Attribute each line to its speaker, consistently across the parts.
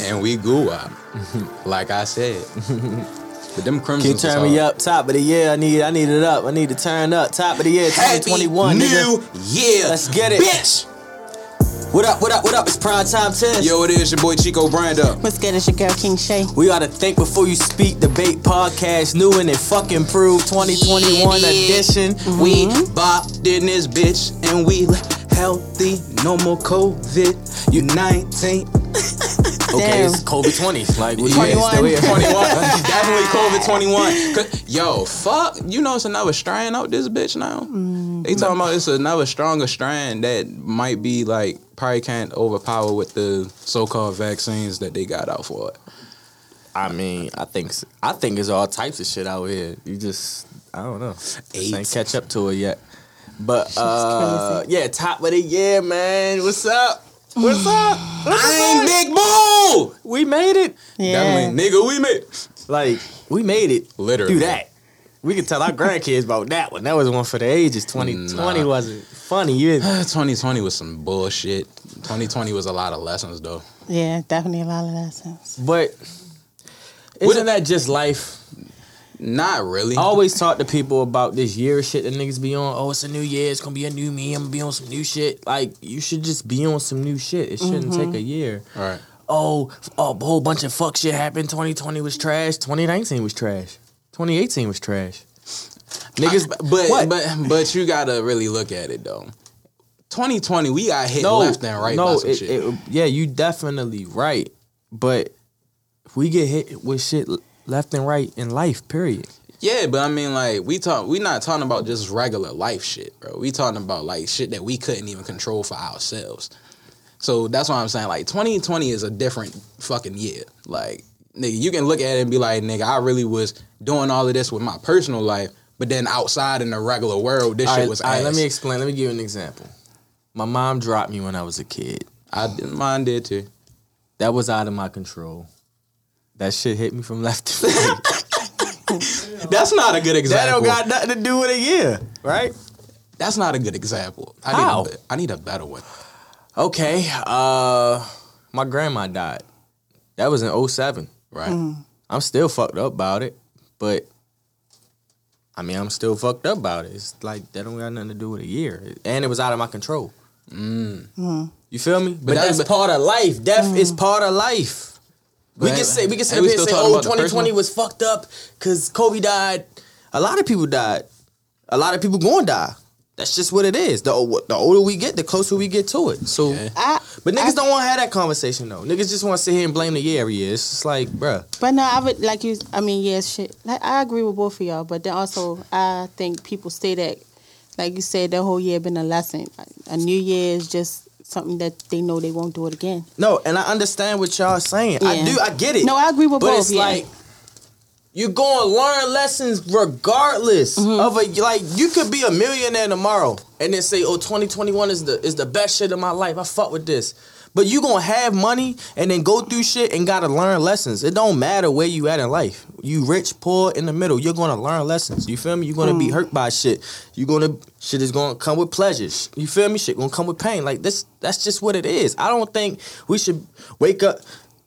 Speaker 1: and we grew up, like I said. But them
Speaker 2: Can you
Speaker 1: crimsons.
Speaker 2: turn
Speaker 1: was
Speaker 2: me
Speaker 1: hard.
Speaker 2: up? Top of the year. I need. I need it up. I need to turn up. Top of the year.
Speaker 1: Happy
Speaker 2: 2021.
Speaker 1: New
Speaker 2: nigga.
Speaker 1: Year.
Speaker 2: Let's get it.
Speaker 1: bitch.
Speaker 2: What up? What up? What up? It's prime time test.
Speaker 1: Yo, it is your boy Chico Brando.
Speaker 3: What's good? It's your girl King Shay.
Speaker 2: We ought to think before you speak. Debate podcast, new and it fucking proved. 2021
Speaker 1: Yeah, Mm-hmm. yeah.
Speaker 2: edition.
Speaker 1: We bopped in this bitch and we le- healthy, no more COVID. You 19.
Speaker 2: Okay,
Speaker 3: Damn.
Speaker 2: it's COVID 20. Like what do you mean it's
Speaker 3: 21.
Speaker 2: still here?
Speaker 1: 21. Definitely COVID 21. 'Cause- Yo, fuck. You know it's another strain out this bitch now. They
Speaker 2: Mm-hmm.
Speaker 1: talking about it's another stronger strain that might be like probably can't overpower with the so called vaccines that they got out for it.
Speaker 2: I mean, I think s- I think it's all types of shit out here. You just I don't know. Just ain't
Speaker 1: Eight.
Speaker 2: catch up to it yet. But uh, yeah, top of the year, man. What's up? What's up?
Speaker 1: I ain't Big Boo!
Speaker 2: We made it.
Speaker 3: Yeah.
Speaker 1: Definitely, nigga, we made
Speaker 2: Like we made it.
Speaker 1: Literally.
Speaker 2: Do that. We could tell our grandkids about that one. That was one for the ages. Twenty twenty wasn't funny. You didn't-
Speaker 1: 2020 was some bullshit. 2020 was a lot of lessons though.
Speaker 3: Yeah, definitely a lot of lessons.
Speaker 2: but isn't that just life?
Speaker 1: Not really.
Speaker 2: I always talk to people about this year shit that niggas be on. Oh, it's a new year. It's gonna be a new me. I'm gonna be on some new shit. Like you should just be on some new shit. It shouldn't take a year.
Speaker 1: All right.
Speaker 2: Oh, f- a whole bunch of fuck shit happened. 2020 was trash. 2019 was trash. 2018 was trash. Niggas,
Speaker 1: But
Speaker 2: What?
Speaker 1: but but you gotta really look at it though. 2020, we got hit
Speaker 2: no,
Speaker 1: left and right
Speaker 2: no,
Speaker 1: by some
Speaker 2: it-
Speaker 1: shit.
Speaker 2: it- yeah, you definitely right. But we get hit with shit l- left and right in life. Period.
Speaker 1: yeah, but I mean, like we talk, we not talking about just regular life shit, bro. We talking about like shit that we couldn't even control for ourselves. So that's why I'm saying like 2020 is a different fucking year. Like nigga, you can look at it and be like, nigga, I really was doing all of this with my personal life, but then outside in the regular world, this
Speaker 2: All
Speaker 1: shit
Speaker 2: right,
Speaker 1: was.
Speaker 2: all right, let
Speaker 1: ass.
Speaker 2: me explain. Let me give you an example. My mom dropped me when I was a kid.
Speaker 1: I didn't mind it too.
Speaker 2: That was out of my control. That shit hit me from left to right.
Speaker 1: That's not a good example.
Speaker 2: nothing to do with a year, right?
Speaker 1: That's not a good example. I
Speaker 2: How?
Speaker 1: Need a, be- I need a better one.
Speaker 2: Okay. Uh, my grandma died. That was in 07.
Speaker 1: Right.
Speaker 2: I'm still fucked up about it, but I mean, I'm still fucked up about it. It's like that don't got nothing to do with a year, and it was out of my control. You feel me? Mm. But,
Speaker 1: that's-
Speaker 2: that's, part of life. Death is part of life. we
Speaker 1: But-
Speaker 2: can say we can sit
Speaker 1: and we
Speaker 2: up here
Speaker 1: still
Speaker 2: and say,
Speaker 1: talking
Speaker 2: "Oh,
Speaker 1: about the
Speaker 2: 2020
Speaker 1: personal?
Speaker 2: was fucked up because Kobe died." A lot of people died. A lot of people going to die. That's just what it is. The o- the older we get, the closer we get to it. So,
Speaker 1: Yeah.
Speaker 3: I,
Speaker 2: but niggas don't want to have that conversation though. Niggas just want to sit here and blame the year every year. It's just like, bruh.
Speaker 3: but no, I would like you. I mean, yes, shit. Like, I agree with both of y'all, but then also I think people say that, like you said, the whole year been a lesson. A new year is just something that they know they won't do it again.
Speaker 2: No, and I understand what y'all saying. I
Speaker 3: Yeah.
Speaker 2: do. I get it.
Speaker 3: No, I agree with
Speaker 2: but
Speaker 3: both,
Speaker 2: it's
Speaker 3: yeah.
Speaker 2: like you're going to learn lessons regardless of a like. You could be a millionaire tomorrow and then say, "Oh, 2021 is the is the best shit of my life. I fuck with this." But you gonna have money and then go through shit and gotta learn lessons. It don't matter where you at in life. You rich, poor, in the middle. You're gonna learn lessons. You feel me? You're gonna be hurt by shit. You're gonna shit is gonna come with pleasures. You feel me? Shit gonna come with pain. Like this. That's just what it is. I don't think we should wake up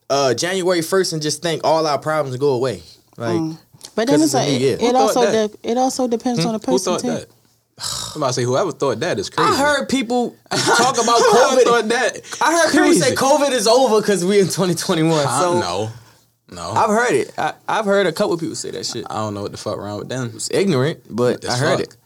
Speaker 2: uh, January first and just think all our problems go away. Like
Speaker 3: Mm. But then
Speaker 2: 'Cause it's
Speaker 3: it's
Speaker 2: a
Speaker 3: like
Speaker 2: new year.
Speaker 3: it,
Speaker 2: Who
Speaker 3: it
Speaker 2: thought that?
Speaker 3: also
Speaker 2: Hmm?
Speaker 3: de- it also depends on the
Speaker 1: Who
Speaker 3: person
Speaker 1: thought
Speaker 3: too.
Speaker 1: that? I'm about to say whoever thought that is crazy.
Speaker 2: I heard people talk about
Speaker 1: Whoever
Speaker 2: COVID.
Speaker 1: thought that.
Speaker 2: I heard people say COVID is over because we're in 2021.
Speaker 1: I
Speaker 2: so
Speaker 1: don't know. No,
Speaker 2: I've heard it. I, I've heard a couple people say that shit.
Speaker 1: I don't know what the fuck wrong with them.
Speaker 2: It's ignorant, but I
Speaker 1: As
Speaker 2: heard
Speaker 1: fuck.
Speaker 2: it.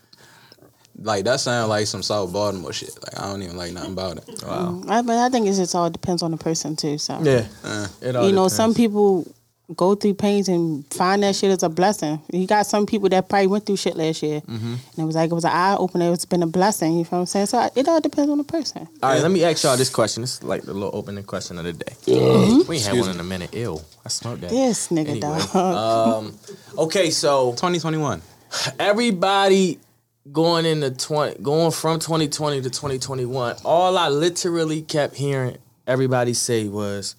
Speaker 1: Like that sounds like some South Baltimore shit. Like I don't even like nothing about it. Wow.
Speaker 3: I, but I think it just all depends on the person too. So
Speaker 2: Yeah,
Speaker 1: Uh,
Speaker 2: it all
Speaker 3: you know,
Speaker 2: depends.
Speaker 3: some people go through pains and find that shit is a blessing. You got some people that probably went through shit last year,
Speaker 2: Mm-hmm.
Speaker 3: and it was like it was an eye opener. It's been a blessing. You feel what I'm saying? So I- it all depends on the person.
Speaker 2: All right, let me ask y'all this question. This is like the little opening question of the day. We ain't had one in a minute. Ew, I smoked that.
Speaker 3: This nigga
Speaker 2: Anyway,
Speaker 3: dog.
Speaker 2: Okay, so
Speaker 1: 2021.
Speaker 2: everybody going into 20 going from 2020 to 2021 all i literally kept hearing everybody say was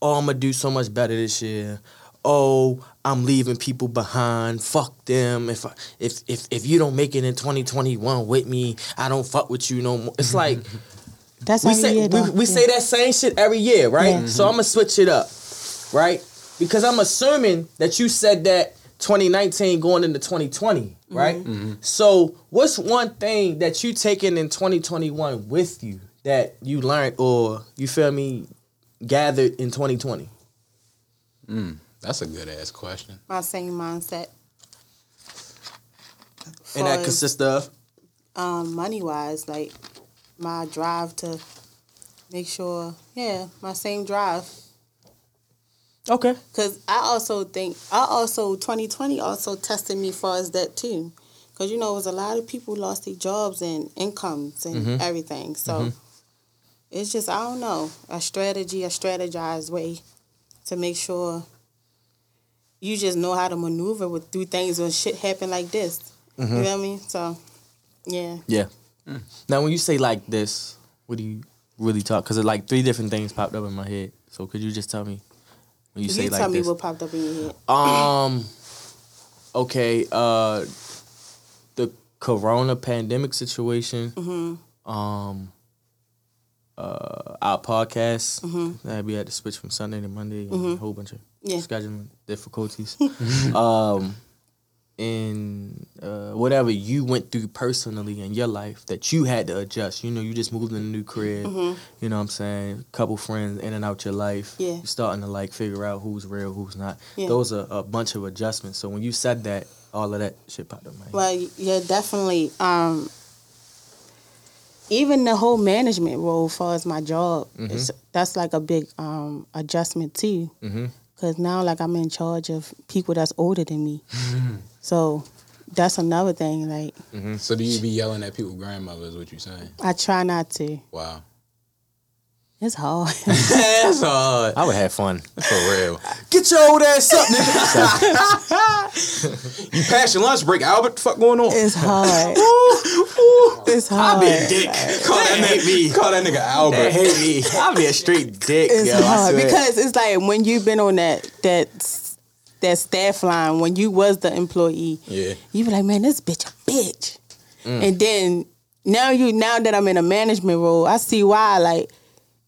Speaker 2: oh i'm gonna do so much better this year oh i'm leaving people behind fuck them if I, if if if you don't make it in 2021 with me i don't fuck with you no more it's like
Speaker 3: That's
Speaker 2: we
Speaker 3: every
Speaker 2: say
Speaker 3: year,
Speaker 2: we,
Speaker 3: though.
Speaker 2: we say that same shit every year, right?
Speaker 3: Yeah.
Speaker 2: So I'm gonna switch it up, right? Because I'm assuming that you said that 2019 going into 2020,
Speaker 3: Mm-hmm.
Speaker 2: right? So what's one thing that you taking in 2021 with you that you learned or you feel me gathered in 2020?
Speaker 1: That's a good ass question.
Speaker 3: my same mindset.
Speaker 2: And that
Speaker 3: Fun.
Speaker 2: consists of
Speaker 3: um, money wise, like my drive to make sure, yeah, my same drive.
Speaker 2: okay,
Speaker 3: Cause I also think I also twenty twenty also tested me for as that too, cause you know it was a lot of people lost their jobs and incomes and
Speaker 2: Mm-hmm.
Speaker 3: everything. So it's just I don't know a strategy, a strategized way to make sure you just know how to maneuver with through things when shit happen like this.
Speaker 2: Mm-hmm.
Speaker 3: You know what I mean? So yeah.
Speaker 2: yeah. Mm. Now when you say like this, what do you really talk? Because like three different things popped up in my head. So could you just tell me when you,
Speaker 3: You,
Speaker 2: say like
Speaker 3: tell me
Speaker 2: this?
Speaker 3: what popped up in your head.
Speaker 2: Um. Okay. Uh, the Corona pandemic situation.
Speaker 3: Mm-hmm.
Speaker 2: Um. Uh, our podcast. That we had to switch from Sunday to Monday. And A whole bunch of
Speaker 3: Mm-hmm. Yeah.
Speaker 2: scheduling difficulties. um, and uh, whatever you went through personally in your life that you had to adjust. You know, you just moved in a new crib. You know what I'm saying? Couple friends in and out your life.
Speaker 3: Mm-hmm. Yeah.
Speaker 2: You're starting to like figure out who's real, who's not.
Speaker 3: Yeah.
Speaker 2: Those are a bunch of adjustments. So when you said that, all of that shit popped up. in my head.
Speaker 3: Well, yeah, definitely. Um, even the whole management role, as far as my job, is, that's like a big um, adjustment too. Because now, like, I'm in charge of people that's older than me. so that's another thing. Like,
Speaker 2: Mm.
Speaker 1: So do you be yelling at people grandmothers? What you saying?
Speaker 3: I try not to.
Speaker 1: Wow,
Speaker 3: It's hard.
Speaker 1: that's hard
Speaker 2: I would have fun.
Speaker 1: for real.
Speaker 2: Get your old ass up, nigga.
Speaker 1: You pass your lunch break, Albert. The fuck going on?
Speaker 3: it's hard. it's hard.
Speaker 2: dick.
Speaker 1: Call that nigga. Call that nigga Albert.
Speaker 2: hate me. I be a straight dick,
Speaker 3: It's
Speaker 2: yo. I
Speaker 3: hard
Speaker 2: swear.
Speaker 3: because it's like when you've been on that that s- that staff line when you was the employee.
Speaker 1: Yeah. Mm.
Speaker 3: You be like, man, this bitch a bitch. And then now you now that I'm in a management role, I see why. Like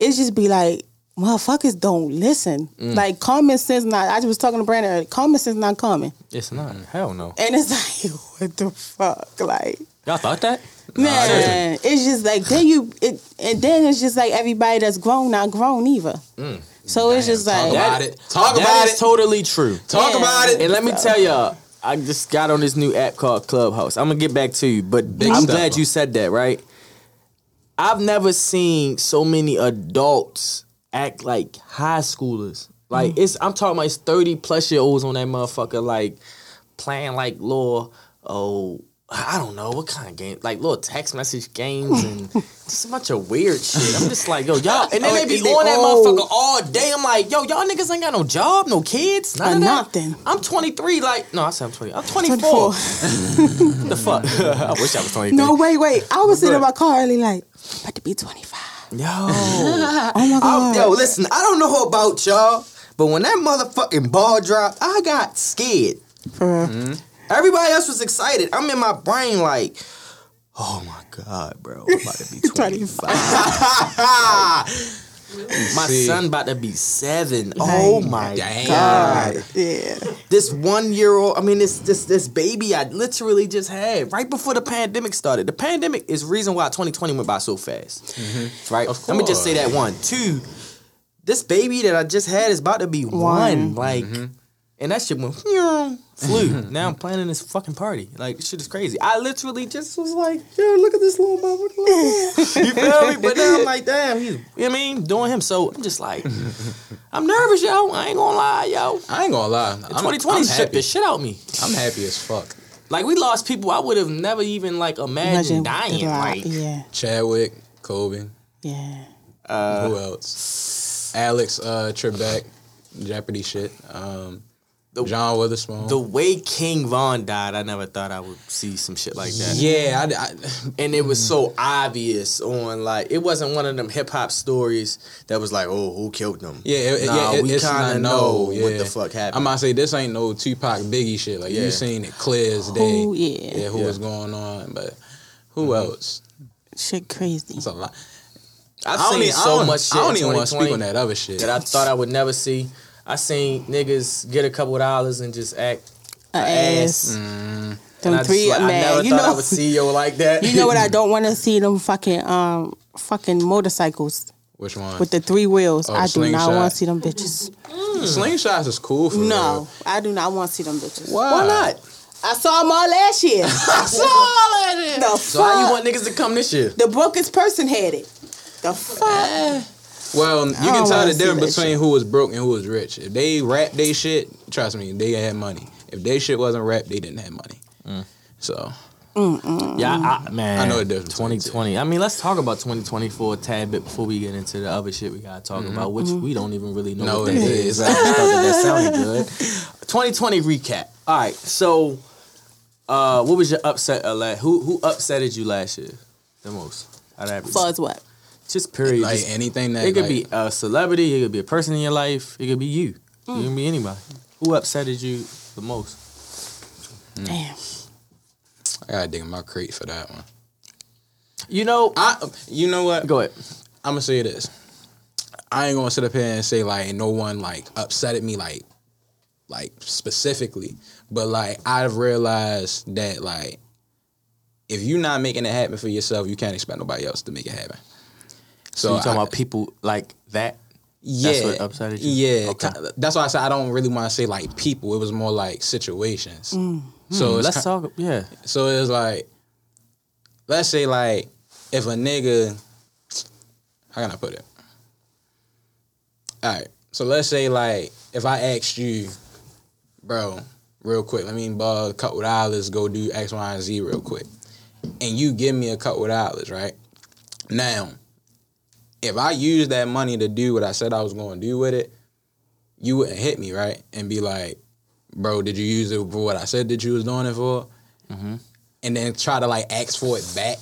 Speaker 3: it just be like motherfuckers don't listen.
Speaker 1: Mm.
Speaker 3: Like common sense not. I was talking to Brandon. earlier, Common sense not common.
Speaker 2: it's not. Hell no.
Speaker 3: And it's like what the fuck, like.
Speaker 2: Y'all thought that?
Speaker 3: Man, it's just like then you it, and then it's just like everybody that's grown not grown either. so it's just like
Speaker 1: Mm. Talk about
Speaker 2: That-
Speaker 1: it. Talk
Speaker 2: That
Speaker 1: about
Speaker 2: is
Speaker 1: it.
Speaker 2: totally true.
Speaker 1: Talk
Speaker 3: Yeah.
Speaker 1: about it.
Speaker 2: And let me tell y'all, I just got on this new app called Clubhouse. I'm gonna get back to you, but I'm
Speaker 1: step
Speaker 2: glad
Speaker 1: up.
Speaker 2: you said that, right? I've never seen so many adults act like high schoolers. Like it's I'm talking about it's 30 plus year olds on that motherfucker, like playing like little oh I don't know what kind of game, like little text message games and just a bunch of weird shit. I'm just like, yo, y'all, and then
Speaker 3: Oh,
Speaker 2: they be
Speaker 3: is they
Speaker 2: on that
Speaker 3: old?
Speaker 2: motherfucker all day. I'm like, yo, y'all niggas ain't got no job, no kids, none
Speaker 3: Or
Speaker 2: of that.
Speaker 3: nothing.
Speaker 2: I'm 23. Like, no, I said I'm 20. I'm 24. the fuck? I wish I was 23.
Speaker 3: No, wait, wait. I was sitting in
Speaker 2: Look.
Speaker 3: my car early, like I'm about to be twenty five.
Speaker 2: Yo.
Speaker 3: Oh my
Speaker 2: I'm-
Speaker 3: god.
Speaker 2: yo, listen, I don't know about y'all, but when that motherfucking ball dropped, I got scared.
Speaker 3: For real.
Speaker 2: Everybody else was excited. I'm in my brain like, oh my God, bro. I'm about to be 25. my
Speaker 1: See.
Speaker 2: son about to be seven. Oh my
Speaker 1: Damn.
Speaker 2: God.
Speaker 3: Yeah.
Speaker 2: this one year old i mean this this this baby i literally just had right before the pandemic started the pandemic is reason why 2020 went by so fast right
Speaker 1: Of
Speaker 2: let me just say that one two this baby that i just had is about to be one,
Speaker 3: One.
Speaker 2: like and that shit went flew now i'm planning this fucking party like this shit is crazy i literally just was like yo look at this little mama you feel me but now i'm like damn he's you know what i mean doing him so i'm just like i'm nervous yo i ain't gonna lie yo
Speaker 1: I ain't gonna lie. I'm,
Speaker 2: 2020
Speaker 1: I'm
Speaker 2: shook the
Speaker 1: happy.
Speaker 2: shit out me.
Speaker 1: I'm happy as fuck.
Speaker 2: Like we lost people I would have never even like imagined dying. Like
Speaker 3: yeah,
Speaker 1: Chadwick, Coben,
Speaker 3: yeah.
Speaker 1: who
Speaker 2: Uh,
Speaker 1: else? Alex uh, Trebek, Jeopardy shit. Um,
Speaker 2: The-
Speaker 1: John Witherspoon.
Speaker 2: the way King Von died, I never thought I would see some shit like that.
Speaker 1: yeah, I, I,
Speaker 2: And it was so obvious on like it wasn't one of them hip hop stories that was like, oh, who killed them?
Speaker 1: yeah, it,
Speaker 2: Nah,
Speaker 1: yeah. It,
Speaker 2: we
Speaker 1: it's not
Speaker 2: kinda know
Speaker 1: no,
Speaker 2: what
Speaker 1: yeah.
Speaker 2: the fuck happened.
Speaker 1: I'm about to say this ain't no Tupac Biggie shit. Like
Speaker 2: Yeah.
Speaker 1: you seen it clear as day.
Speaker 3: Who- yeah.
Speaker 1: who
Speaker 2: Yeah. Mm-hmm.
Speaker 1: was going on? But who else?
Speaker 3: Shit crazy.
Speaker 1: It's a lot.
Speaker 2: I've
Speaker 1: I don't
Speaker 2: seen
Speaker 1: even,
Speaker 2: so much shit.
Speaker 1: I don't
Speaker 2: in
Speaker 1: even want to speak
Speaker 2: 2020
Speaker 1: on that other shit.
Speaker 2: that I thought I would never see. I seen niggas get a couple dollars and just act a
Speaker 3: A ass.
Speaker 2: ass. Mm-hmm.
Speaker 3: Them
Speaker 2: And I,
Speaker 3: three,
Speaker 2: just, I
Speaker 3: man.
Speaker 2: never
Speaker 3: you
Speaker 2: thought
Speaker 3: know,
Speaker 2: I would see yo like that.
Speaker 3: you know what? I don't want to see them fucking um fucking motorcycles
Speaker 1: Which one?
Speaker 3: with the three wheels.
Speaker 1: Oh,
Speaker 3: I do not
Speaker 1: slingshot.
Speaker 3: want to see them bitches.
Speaker 1: Slingshots is cool for
Speaker 3: No, I do not want to see them bitches.
Speaker 1: Why?
Speaker 2: Why not?
Speaker 3: I saw them all last year.
Speaker 2: I saw all of this.
Speaker 3: the
Speaker 2: So how you
Speaker 3: fuck?
Speaker 2: want niggas to come this year?
Speaker 3: the brokest person had it. The
Speaker 2: Eh.
Speaker 3: fuck?
Speaker 1: Well, you can
Speaker 3: don't
Speaker 1: tell the
Speaker 3: wanna see
Speaker 1: difference
Speaker 3: that
Speaker 1: between who was broke and who was rich. If they rap they shit, trust me, they had money. If they shit wasn't rap, they didn't have money.
Speaker 2: Mm.
Speaker 1: So
Speaker 2: Yeah, I, I- man.
Speaker 1: I know the difference between
Speaker 2: 2020. I mean, let's talk about 2020 for a tad bit before we get into the other shit we gotta talk about, which we don't even really know
Speaker 1: No,
Speaker 2: what that
Speaker 1: it
Speaker 2: Mm-hmm. is.
Speaker 1: is.
Speaker 2: I just thought that, that sounded good. 2020 recap. All right, so uh, what was your upset? Uh, la- who who upsetted you last year the most? Out of everything?
Speaker 3: For as what?
Speaker 2: Just period.
Speaker 1: like
Speaker 2: Just-
Speaker 1: anything that
Speaker 2: it could
Speaker 1: like,
Speaker 2: be a celebrity. It could be a person in your life. It could be you. It could be anybody. Who upsetted you the most? Mm.
Speaker 3: Damn.
Speaker 1: I gotta dig in my crate for that one.
Speaker 2: You know.
Speaker 1: I you know what?
Speaker 2: go ahead.
Speaker 1: I'm gonna say this. I ain't gonna sit up here and say like no one like upset at me like like specifically, but like I've realized that like if you're not making it happen for yourself, you can't expect nobody else to make it happen.
Speaker 2: So, you talking
Speaker 1: I-
Speaker 2: about people like that?
Speaker 1: yeah,
Speaker 2: what upset you?
Speaker 1: Yeah,
Speaker 2: Okay.
Speaker 1: ki- that's why I said I don't really want to say like people. It was more like situations. So it's
Speaker 2: Hmm. Let's
Speaker 1: ki-
Speaker 2: talk. Yeah.
Speaker 1: so it's like, let's say like if a nigga, how can I put it? All right. So let's say like if I asked you, bro, real quick, let me borrow a couple dollars, go do X, Y, and Z real quick, and you give me a couple dollars, right? Now, if I use that money to do what I said I was going to do with it, you wouldn't hit me, right? And be like, bro, did you use it for what I said that you was doing it for?
Speaker 2: Mm-hmm.
Speaker 1: and then try to like ask for it back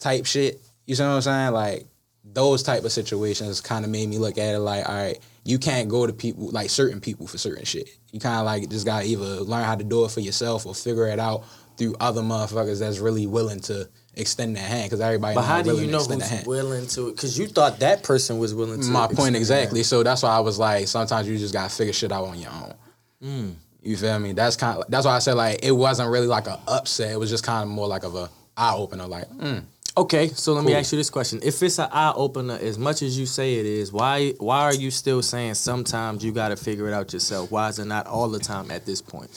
Speaker 1: type shit. You see what I'm saying? Like those type of situations kind of made me look at it like, all right, you can't go to people like certain people for certain shit. You kind of like just gotta either learn how to do it for yourself or figure it out through other motherfuckers that's really willing to extend their hand because everybody.
Speaker 2: But
Speaker 1: not
Speaker 2: how do
Speaker 1: willing
Speaker 2: you
Speaker 1: to
Speaker 2: know
Speaker 1: extend their
Speaker 2: who's
Speaker 1: hand.
Speaker 2: willing to? Because you thought that person was willing to.
Speaker 1: My
Speaker 2: extend
Speaker 1: point
Speaker 2: their
Speaker 1: exactly.
Speaker 2: hand.
Speaker 1: So that's why I was like, sometimes you just gotta figure shit out on your own. You feel me? That's kind. Of, that's why I said like it wasn't really like a upset. It was just kind of more like of a eye opener. Like, mm,
Speaker 2: Okay, so let me ask you this question: If it's an eye opener, as much as you say it is, why why are you still saying sometimes you got to figure it out yourself? Why is it not all the time at this point?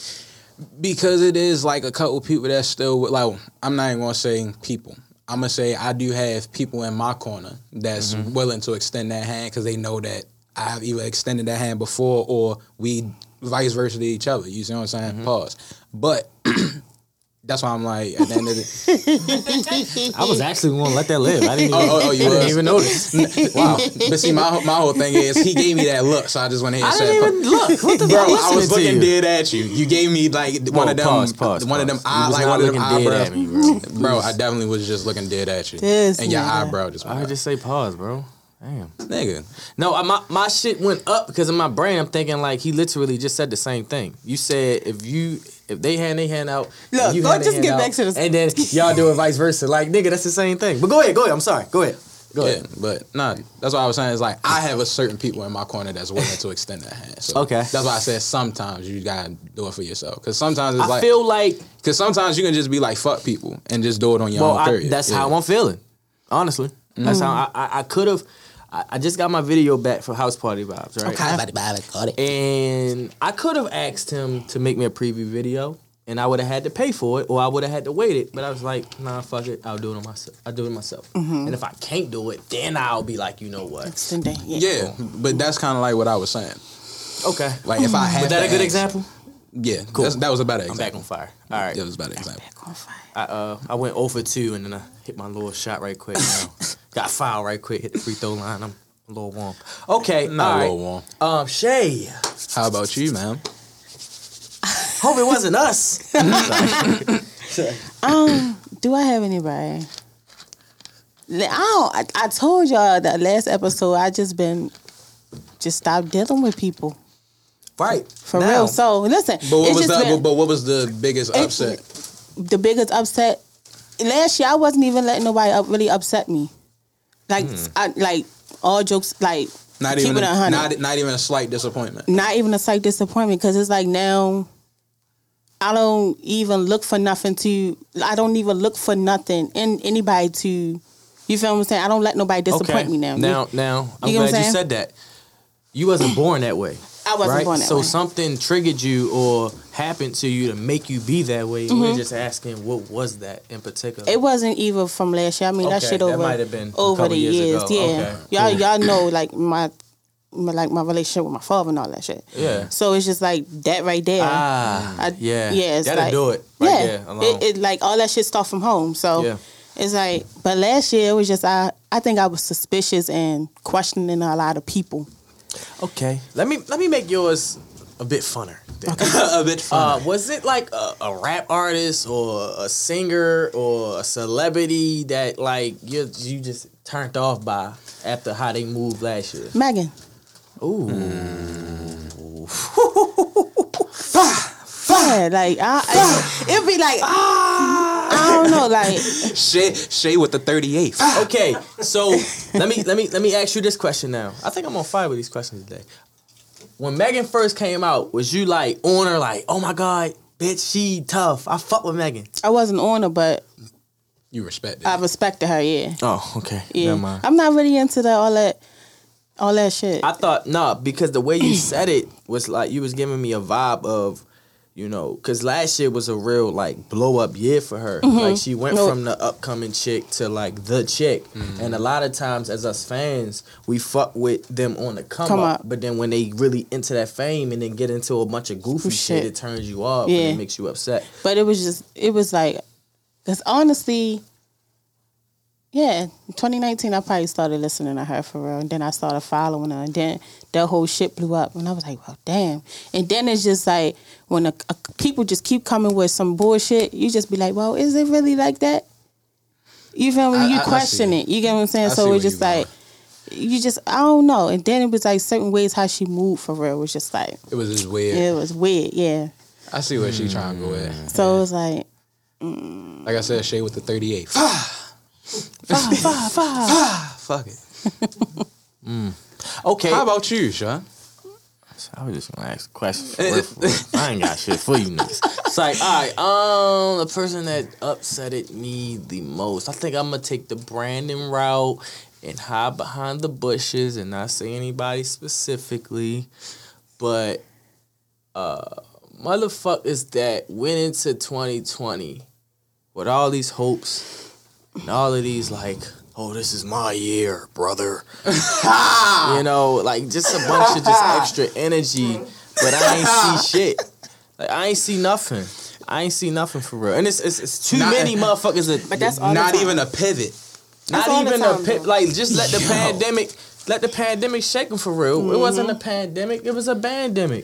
Speaker 1: because it is like a couple people that still with- like I'm not even gonna say people. I'm gonna say I do have people in my corner that's willing to extend that hand because they know that I've either extended that hand before or we vice versa to each other. You see what I'm saying? Pause. But that's why I'm like at the end of the
Speaker 2: I was actually going to let that live. I didn't even,
Speaker 1: oh, oh, you
Speaker 2: I didn't
Speaker 1: was?
Speaker 2: even notice.
Speaker 1: wow. But see, my my whole thing is he gave me that look, so I just went ahead and
Speaker 2: I
Speaker 1: said,
Speaker 2: didn't even look. What the
Speaker 1: Bro,
Speaker 2: fuck?
Speaker 1: I was looking
Speaker 2: dead.
Speaker 1: dead at you. You gave me like one of them,
Speaker 2: Pause, pause,
Speaker 1: one of them,
Speaker 2: pause. You
Speaker 1: eye,
Speaker 2: was
Speaker 1: like
Speaker 2: not
Speaker 1: one of them
Speaker 2: looking dead
Speaker 1: eyebrows.
Speaker 2: at me, bro.
Speaker 1: Bro, I definitely was just looking dead at you.
Speaker 3: This
Speaker 1: and your
Speaker 3: nigga.
Speaker 1: eyebrow just
Speaker 2: I
Speaker 1: went
Speaker 2: heard
Speaker 1: up.
Speaker 2: you say pause, bro. Damn.
Speaker 1: Nigga.
Speaker 2: No, I- my my shit went up because in my brain I'm thinking like he literally just said the same thing. You said if you if they hand they hand out, and
Speaker 3: Look,
Speaker 2: you
Speaker 3: go
Speaker 2: hand they
Speaker 3: just
Speaker 2: hand
Speaker 3: get
Speaker 2: out,
Speaker 3: back to this-
Speaker 2: and then y'all do it vice versa. Like nigga, that's the same thing. But go ahead, go ahead. I'm sorry. Go ahead. Go
Speaker 1: Yeah,
Speaker 2: ahead.
Speaker 1: but nah, that's what I was saying. Is like I have a certain people in my corner that's willing to extend that hand. So
Speaker 2: Okay.
Speaker 1: that's why I said sometimes you gotta do it for yourself. Cause sometimes it's
Speaker 2: I
Speaker 1: like,
Speaker 2: feel like
Speaker 1: cause sometimes you can just be like fuck people and just do it on your
Speaker 2: well,
Speaker 1: own.
Speaker 2: I,
Speaker 1: period.
Speaker 2: that's
Speaker 1: Yeah.
Speaker 2: how I'm feeling. Honestly, that's how
Speaker 3: Mm-hmm.
Speaker 2: I I, I could have. I, I just got my video back for House Party Vibes, right? And I could have asked him to make me a preview video, and I would have had to pay for it, or I would have had to wait it. But I was like, nah, fuck it, I'll do it on myself. I'll do it myself. And if I can't do it, then I'll be like, you know what?
Speaker 3: Sunday. Yeah.
Speaker 1: Yeah, but that's kind of like what I was saying.
Speaker 2: Okay.
Speaker 1: Like if I had
Speaker 2: Was that
Speaker 1: to
Speaker 2: a good
Speaker 1: ask-
Speaker 2: example?
Speaker 1: Yeah, cool. That was a better
Speaker 2: I'm
Speaker 1: example.
Speaker 2: back on fire. All right.
Speaker 1: Yeah, it was a better example.
Speaker 3: Back on fire.
Speaker 2: I, uh, I went over two, and then I hit my little shot right quick. now. Got foul right quick. Hit the free throw line. I'm a little warm. Okay.
Speaker 1: Not
Speaker 2: all
Speaker 1: a
Speaker 2: right.
Speaker 1: little warm.
Speaker 2: Um, Shay.
Speaker 1: How about you, man?
Speaker 2: Hope it wasn't us.
Speaker 3: Um, do I have anybody? Like, I don't. I, I told y'all that last episode. I just been just stopped dealing with people
Speaker 2: right.
Speaker 3: for
Speaker 2: now.
Speaker 3: real. So listen,
Speaker 1: But what
Speaker 3: it's
Speaker 1: was
Speaker 3: just
Speaker 1: that?
Speaker 3: been-
Speaker 1: but what was the biggest
Speaker 3: It-
Speaker 1: upset?
Speaker 3: the biggest upset last year. I wasn't even letting nobody up really upset me. Like I, like all jokes like
Speaker 1: Hmm. Not
Speaker 3: keep
Speaker 1: even
Speaker 3: it a
Speaker 1: a,
Speaker 3: hundred.
Speaker 1: not not even a slight disappointment.
Speaker 3: not even a slight disappointment because it's like now I don't even look for nothing to I don't even look for nothing in anybody to you feel what I'm saying? I don't let nobody disappoint me now.
Speaker 2: Now, now, I'm
Speaker 3: You get what
Speaker 2: glad
Speaker 3: I'm
Speaker 2: you
Speaker 3: saying?
Speaker 2: said that. You wasn't born that way.
Speaker 3: I wasn't born that
Speaker 2: so
Speaker 3: way.
Speaker 2: something triggered you or happened to you to make you be that way. And We're just asking, what was that in particular?
Speaker 3: Mm-hmm. it wasn't even from last year. I mean that
Speaker 2: Okay,
Speaker 3: shit
Speaker 2: that
Speaker 3: over
Speaker 2: might have been a
Speaker 3: over
Speaker 2: couple
Speaker 3: the
Speaker 2: years
Speaker 3: years.
Speaker 2: ago.
Speaker 3: Yeah.
Speaker 2: Okay,
Speaker 3: Y'all
Speaker 2: cool.
Speaker 3: y'all know like my, my like my relationship with my father and all that shit.
Speaker 2: Yeah.
Speaker 3: So it's just like that right there.
Speaker 2: ah,
Speaker 3: I-
Speaker 2: yeah.
Speaker 3: yeah, it's
Speaker 2: That'll
Speaker 3: like-
Speaker 2: do it. Right
Speaker 3: yeah,
Speaker 2: there alone.
Speaker 3: it, it like all that shit start from home. So
Speaker 2: Yeah.
Speaker 3: it's like, but last year it was just I. I think I was suspicious and questioning a lot of people.
Speaker 2: okay. Let me let me make yours a bit funner. then.
Speaker 1: a bit
Speaker 2: Uh,
Speaker 1: fun.
Speaker 2: was it like a, a rap artist or a singer or a celebrity that like you you just turned off by after how they moved last year?
Speaker 3: Megan,
Speaker 2: Ooh,
Speaker 3: yeah, like I, I it'd be like I don't know, like
Speaker 1: Shay Shay with the thirty eighth.
Speaker 2: Okay, so let me let me let me ask you this question now. I think I'm on fire with these questions today. When Megan first came out, was you like on her like, oh my god, bitch, she tough. I fuck with Megan.
Speaker 3: I wasn't on her, but
Speaker 1: You respect it.
Speaker 3: I respected her. Yeah,
Speaker 2: Oh, okay.
Speaker 3: yeah. I'm not really into that all that all that shit.
Speaker 2: I thought nah, because the way you said it was like you was giving me a vibe of, you know, because last year was a real like blow up year for her. Like she went
Speaker 3: Mm-hmm. Nope.
Speaker 2: from the upcoming chick to like the chick, and a lot of times as us fans, we fuck with them on the come,
Speaker 3: Come
Speaker 2: up,
Speaker 3: up.
Speaker 2: but then when they really into that fame and then get into a bunch of goofy
Speaker 3: Oh,
Speaker 2: shit,
Speaker 3: shit.
Speaker 2: it turns you off
Speaker 3: Yeah.
Speaker 2: and it makes you upset.
Speaker 3: But it was just, it was like, because honestly, yeah, 2019, I probably started listening to her for real. And then I started following her. And then that whole shit blew up. And I was like, well, damn. And then it's just like, when a, a- people just keep coming with some bullshit, you just be like, well, is it really like that? You feel me?
Speaker 1: I- I-
Speaker 3: you
Speaker 1: I see
Speaker 3: question
Speaker 1: it.
Speaker 3: it. You get what I'm saying?
Speaker 1: I see
Speaker 3: so
Speaker 1: where
Speaker 3: it's just
Speaker 1: you going.
Speaker 3: like, you just, I don't know. And then it was like certain ways how she moved for real was just like,
Speaker 1: It was just weird.
Speaker 3: it was weird. Yeah.
Speaker 1: I see where she trying to go at.
Speaker 3: So it was like,
Speaker 1: Like I said, Shay with the thirty eighth.
Speaker 3: five, five, five.
Speaker 1: Ah, Fuck it.
Speaker 2: Okay,
Speaker 1: How about you, Sean?
Speaker 2: I was just gonna ask questions. I ain't got shit for you niggas. It's like, all right, um, the person that upsetted me the most, I think I'm gonna take the Brandon route and hide behind the bushes and not say anybody specifically, but uh, motherfuckers that went into 2020 with all these hopes and all of these like. Oh, this is my year, brother. you know, like just a bunch of just extra energy, but I ain't see shit. Like I ain't see nothing. I ain't see nothing for real. And it's it's, it's too
Speaker 1: Not-
Speaker 2: many motherfuckers that
Speaker 3: But that's all the
Speaker 1: Not
Speaker 3: time.
Speaker 1: even a pivot.
Speaker 3: That's all
Speaker 2: not
Speaker 3: the
Speaker 2: even a
Speaker 3: time,
Speaker 2: pi-
Speaker 3: though.
Speaker 2: like just let the
Speaker 1: Yo.
Speaker 2: pandemic let the pandemic shake them for real. It wasn't
Speaker 3: Mm-hmm.
Speaker 2: a pandemic. It was a pandemic.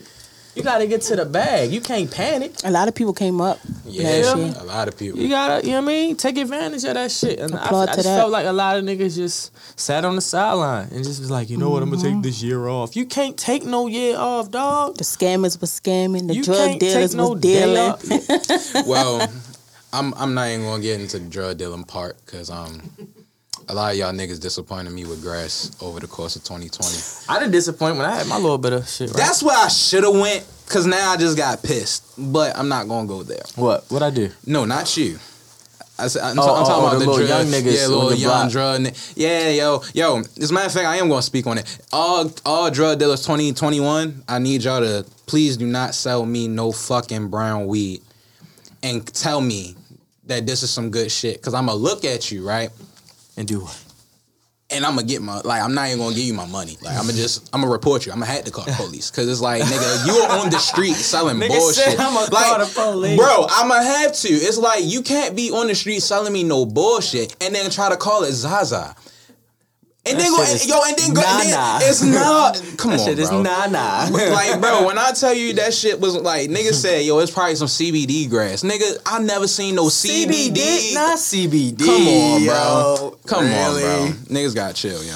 Speaker 2: You gotta get to the bag. You can't panic.
Speaker 3: A lot of people came up.
Speaker 1: Yeah,
Speaker 3: last year.
Speaker 1: a lot of people.
Speaker 2: You gotta, you know what I mean? Take advantage of that shit. And I, I
Speaker 3: Applaud to
Speaker 2: just
Speaker 3: that.
Speaker 2: felt like a lot of niggas just sat on the sideline and just was like, you know what, I'm gonna
Speaker 3: Mm-hmm.
Speaker 2: take this year off. You can't take no year off, dog.
Speaker 3: The scammers was scamming. The
Speaker 2: you
Speaker 3: drug
Speaker 2: can't take
Speaker 3: dealers
Speaker 2: no
Speaker 3: was
Speaker 2: day
Speaker 3: dealing.
Speaker 2: off.
Speaker 1: well, I'm I'm not even gonna get into the drug dealing part because um, a lot of y'all niggas disappointed me with grass over the course of 2020.
Speaker 2: I didn't disappoint when I had my little bit of shit. Right?
Speaker 1: That's where I should have went because now I just got pissed. But I'm not gonna go there.
Speaker 2: what what I do.
Speaker 1: No, not you. I said, I'm,
Speaker 2: Oh,
Speaker 1: ta- I'm
Speaker 2: oh,
Speaker 1: talking
Speaker 2: oh,
Speaker 1: about
Speaker 2: the
Speaker 1: the,
Speaker 2: little
Speaker 1: drug,
Speaker 2: young niggas
Speaker 1: Yeah,
Speaker 2: on
Speaker 1: little
Speaker 2: the
Speaker 1: young
Speaker 2: block.
Speaker 1: drug. Ni- yeah, yo, yo. As a matter of fact, I am going to speak on it. All all drug dealers 2021, I need y'all to please do not sell me no fucking brown weed and tell me that this is some good shit because I'm going to look at you, right?
Speaker 2: And do what?
Speaker 1: and I'm gonna get my like I'm not even gonna give you my money. Like I'm gonna just I'm gonna report you. I'm gonna have to call the police because it's like nigga, you are on the street selling
Speaker 2: Nigga
Speaker 1: bullshit.
Speaker 2: said I'ma
Speaker 1: like,
Speaker 2: call the police.
Speaker 1: bro. I'm gonna have to. It's like you can't be on the street selling me no bullshit and then try to call it Zaza. And
Speaker 2: That
Speaker 1: then go,
Speaker 2: shit is
Speaker 1: yo, and then go, and
Speaker 2: nah-nah.
Speaker 1: then it's not. Come on,
Speaker 2: Shit is
Speaker 1: bro.
Speaker 2: nah nah.
Speaker 1: like, bro, when I tell you that shit was like, nigga said, yo, it's probably some CBD grass. Nigga, I never seen no CBD.
Speaker 2: CBD, not CBD.
Speaker 1: Come on,
Speaker 2: yo.
Speaker 1: bro. Come
Speaker 2: Really?
Speaker 1: on, bro. Niggas got chill, yo.